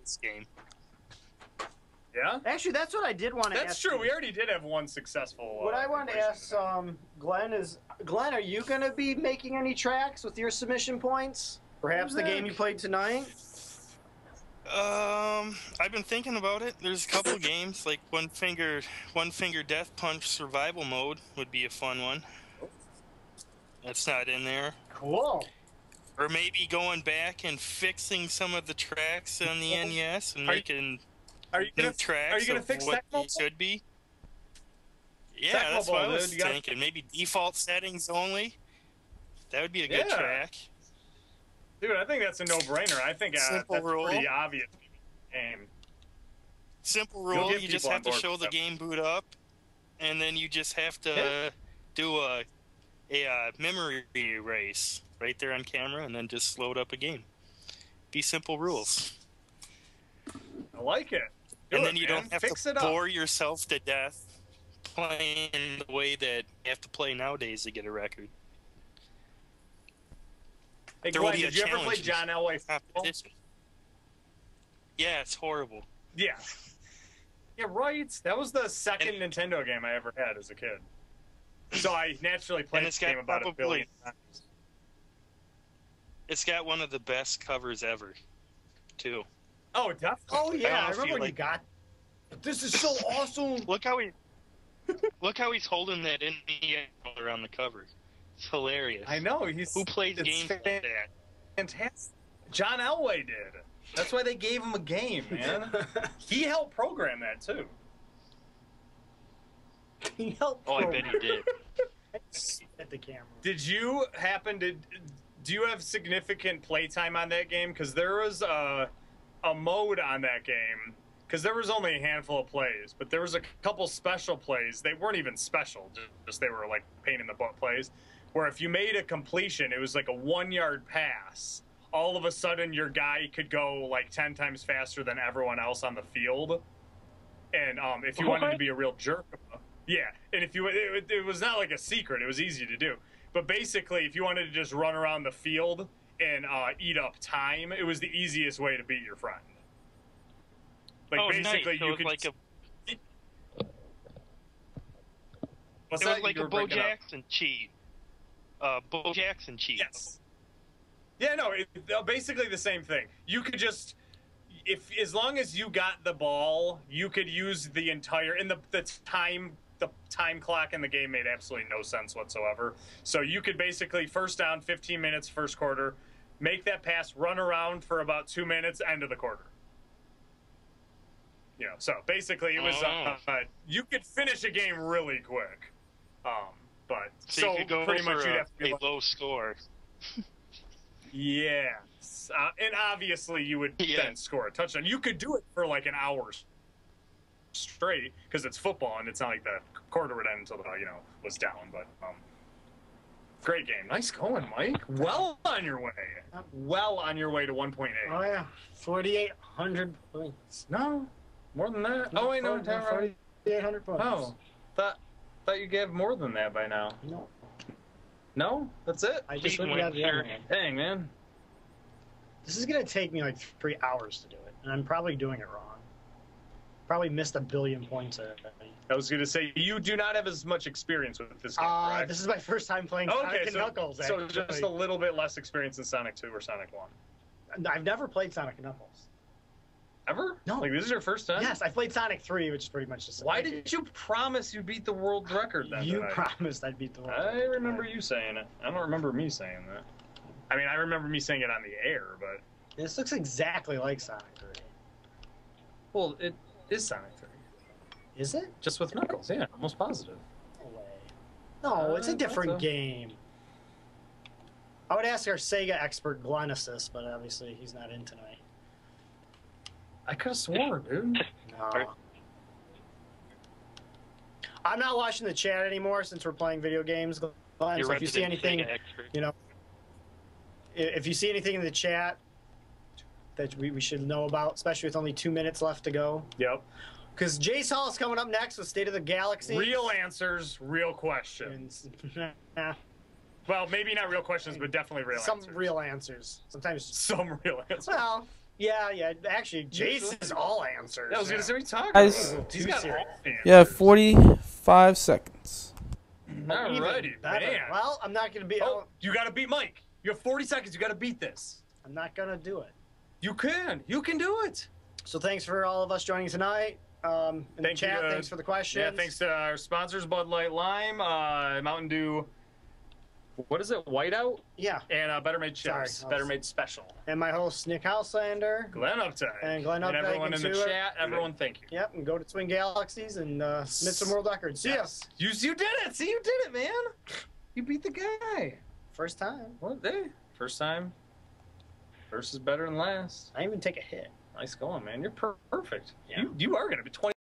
Speaker 3: this game.
Speaker 2: Yeah,
Speaker 1: Actually, that's what I did want to ask.
Speaker 2: that's true.
Speaker 1: you.
Speaker 2: We already did have one successful.
Speaker 1: What
Speaker 2: uh,
Speaker 1: I wanted to
Speaker 2: completion
Speaker 1: ask
Speaker 2: today.
Speaker 1: um, Glenn is, Glenn, are you going to be making any tracks with your submission points? Perhaps the game you played tonight.
Speaker 3: Um, I've been thinking about it. There's a couple games like One Finger, One Finger Death Punch Survival Mode would be a fun one. That's not in there.
Speaker 1: Cool.
Speaker 3: Or maybe going back and fixing some of the tracks on the NES and
Speaker 2: Are you
Speaker 3: making
Speaker 2: are you
Speaker 3: new
Speaker 2: gonna
Speaker 3: tracks
Speaker 2: are you gonna
Speaker 3: of
Speaker 2: fix
Speaker 3: what
Speaker 2: Tecmo
Speaker 3: they should be. Yeah,
Speaker 2: Tecmo
Speaker 3: that's what
Speaker 2: Bowl,
Speaker 3: I was
Speaker 2: dude. You gotta-
Speaker 3: thinking. Maybe default settings only. That would be a good
Speaker 2: Yeah.
Speaker 3: track.
Speaker 2: dude? I think that's a no-brainer. I think uh,
Speaker 3: Simple
Speaker 2: that's
Speaker 3: rule.
Speaker 2: pretty obvious. Game.
Speaker 3: Simple
Speaker 2: You'll
Speaker 3: rule:
Speaker 2: get
Speaker 3: you just
Speaker 2: people on
Speaker 3: have to
Speaker 2: board
Speaker 3: show
Speaker 2: with
Speaker 3: the
Speaker 2: that.
Speaker 3: game boot up, and then you just have to
Speaker 2: Yeah.
Speaker 3: do a a uh, memory erase right there on camera, and then just load up a game. Be simple rules,
Speaker 2: I like it. Do
Speaker 3: and
Speaker 2: it,
Speaker 3: then you
Speaker 2: man.
Speaker 3: don't have
Speaker 2: fix
Speaker 3: to
Speaker 2: it up.
Speaker 3: bore yourself to death playing the way that you have to play nowadays to get a record.
Speaker 2: Hey,
Speaker 3: there will
Speaker 2: Glenn,
Speaker 3: be a
Speaker 2: did you ever play
Speaker 3: challenge.
Speaker 2: John Elway? football?
Speaker 3: Competition. Yeah, it's horrible.
Speaker 2: Yeah. Yeah, right. That was the second Nintendo game I ever had as a kid. So I naturally played
Speaker 3: And
Speaker 2: this
Speaker 3: it's got
Speaker 2: game about a
Speaker 3: probably-
Speaker 2: billion times.
Speaker 3: It's got one of the best covers ever, too.
Speaker 2: Oh, definitely.
Speaker 1: Oh yeah, I,
Speaker 3: almost
Speaker 1: remember
Speaker 3: feel
Speaker 1: when you
Speaker 3: like-
Speaker 1: got. This is so awesome.
Speaker 3: Look how he, look how he's holding that Indian ball around the cover. It's hilarious.
Speaker 2: I know he's
Speaker 3: Who plays
Speaker 2: it's
Speaker 3: games like
Speaker 2: fan-
Speaker 3: that?
Speaker 2: fantastic. John Elway did. That's why they gave him a game, man. he helped program that too.
Speaker 1: he helped.
Speaker 3: Oh, I bet he did.
Speaker 1: At the camera.
Speaker 2: Did you happen to? Do you have significant playtime on that game? Because there was a a mode on that game. Because there was only a handful of plays, but there was a couple special plays. They weren't even special; ju- just they were like pain in the butt plays. Where if you made a completion, it was like a one yard pass. All of a sudden, your guy could go like ten times faster than everyone else on the field. And um, if you wanted to What? be a real jerk, yeah. And if you, it, it was not like a secret; it was easy to do. But basically, if you wanted to just run around the field and uh, eat up time, it was the easiest way to beat your friend. Like
Speaker 3: oh,
Speaker 2: basically,
Speaker 3: nice. So
Speaker 2: you
Speaker 3: it's
Speaker 2: could.
Speaker 3: like a,
Speaker 2: what's
Speaker 3: it was
Speaker 2: that?
Speaker 3: like
Speaker 2: You
Speaker 3: a
Speaker 2: were
Speaker 3: Bo
Speaker 2: breaking up.
Speaker 3: Jackson cheat. Uh, Bo Jackson cheat.
Speaker 2: Yes. Yeah, no, it, uh, basically the same thing. You could just, if as long as you got the ball, you could use the entire and the the time the time clock in the game made absolutely no sense whatsoever. So you could basically first down, fifteen minutes, first quarter, make that pass, run around for about two minutes, end of the quarter. You know, so basically it was
Speaker 3: Oh.
Speaker 2: uh, uh, you could finish a game really quick. Um, but
Speaker 3: So,
Speaker 2: so,
Speaker 3: you could go
Speaker 2: pretty
Speaker 3: for
Speaker 2: much you'd
Speaker 3: a,
Speaker 2: have to be
Speaker 3: a
Speaker 2: like-
Speaker 3: low score.
Speaker 2: Yes, uh, and obviously you would
Speaker 3: Yeah.
Speaker 2: then score a touchdown. You could do it for like an hour s- straight because it's football and it's not like the quarter would end until the you know was down. But um, great game, nice going, Mike. Well on your way. Well on your way to 1.8.
Speaker 1: Oh yeah, forty-eight hundred points.
Speaker 2: No, more than that. oh wait, no, Tyrone.
Speaker 1: Forty-eight hundred points.
Speaker 2: Oh, thought thought you gave more than that by now.
Speaker 1: No,
Speaker 2: No, that's it.
Speaker 1: I just
Speaker 3: Eight
Speaker 1: went out
Speaker 3: wins
Speaker 1: the other
Speaker 3: there.
Speaker 1: one.
Speaker 2: Dang man.
Speaker 1: This is gonna take me like three hours to do it, and I'm probably doing it wrong. Probably missed a billion points already.
Speaker 2: I was gonna say you do not have as much experience with this game,
Speaker 1: Uh,
Speaker 2: correct?
Speaker 1: this is my first time playing Sonic
Speaker 2: Okay,
Speaker 1: and
Speaker 2: so,
Speaker 1: Knuckles.
Speaker 2: so
Speaker 1: Actually.
Speaker 2: just a little bit less experience in Sonic 2 or Sonic 1.
Speaker 1: I've never played Sonic and Knuckles.
Speaker 2: Ever?
Speaker 1: No.
Speaker 2: Like, this is your first time?
Speaker 1: Yes, I played Sonic 3, which is pretty much the same.
Speaker 2: Why did you promise you beat the world record then?
Speaker 1: You
Speaker 2: tonight?
Speaker 1: promised I'd beat the world.
Speaker 2: I remember you saying it. I don't remember me saying that. I mean, I remember me saying it on the air, but.
Speaker 1: This looks exactly like Sonic 3.
Speaker 2: Well, it is Sonic 3.
Speaker 1: Is it?
Speaker 2: Just with Knuckles, yeah, almost positive.
Speaker 1: No way. No, it's a
Speaker 2: I thought
Speaker 1: different
Speaker 2: so.
Speaker 1: game. I would ask our Sega expert Glenesis, but obviously he's not in tonight.
Speaker 2: I could have sworn, dude.
Speaker 1: No. I'm not watching the chat anymore since we're playing video games, Glenn.
Speaker 3: Your
Speaker 1: So if you see
Speaker 3: resident
Speaker 1: anything,
Speaker 3: Sega expert.
Speaker 1: you know, i- if you see anything in the chat that we, we should know about, especially with only two minutes left to go,
Speaker 2: Yep.
Speaker 1: because Jace Hall is coming up next with State of the Galaxy.
Speaker 2: Real answers, real questions.
Speaker 1: And s- nah,
Speaker 2: Well, maybe not real questions, but definitely real
Speaker 1: some
Speaker 2: answers.
Speaker 1: real answers. Sometimes,
Speaker 2: Some real answers.
Speaker 1: well, yeah, yeah. Actually, Jace is all answers.
Speaker 2: Yeah, I was gonna say we talked.
Speaker 6: Guys.
Speaker 2: about it. He's
Speaker 1: Too
Speaker 2: got
Speaker 1: serious.
Speaker 2: all fans.
Speaker 6: Yeah, 45 seconds.
Speaker 1: Even
Speaker 2: Alrighty,
Speaker 1: better.
Speaker 2: man.
Speaker 1: Well, I'm not gonna be.
Speaker 2: Oh, you gotta beat Mike. You have 40 seconds. You gotta beat this.
Speaker 1: I'm not gonna do it.
Speaker 2: You can. You can do it.
Speaker 1: So thanks for all of us joining tonight. Um, in
Speaker 2: Thank
Speaker 1: the
Speaker 2: you,
Speaker 1: chat,
Speaker 2: uh,
Speaker 1: thanks for the questions.
Speaker 2: Yeah, thanks to our sponsors, Bud Light Lime, uh, Mountain Dew. What is it? Whiteout
Speaker 1: Yeah,
Speaker 2: and uh, Better Made Chips.
Speaker 1: Sorry, I
Speaker 2: Better
Speaker 1: was-
Speaker 2: Made Special.
Speaker 1: and my host Nick Houselander.
Speaker 2: Glenn Upton.
Speaker 1: And Glenn Upton,
Speaker 2: And everyone in
Speaker 1: thank you
Speaker 2: the
Speaker 1: too.
Speaker 2: chat. Everyone, thank you.
Speaker 1: Yep, and go to Twin Galaxies and uh, submit some world records. See ya.
Speaker 2: Yes. You you did it. See, you did it, man. You beat the guy.
Speaker 1: First time.
Speaker 2: What? Hey, first time. First is better than last.
Speaker 1: I didn't even take a hit.
Speaker 2: Nice going, man. You're per- perfect.
Speaker 1: Yeah.
Speaker 2: You you are gonna be 20.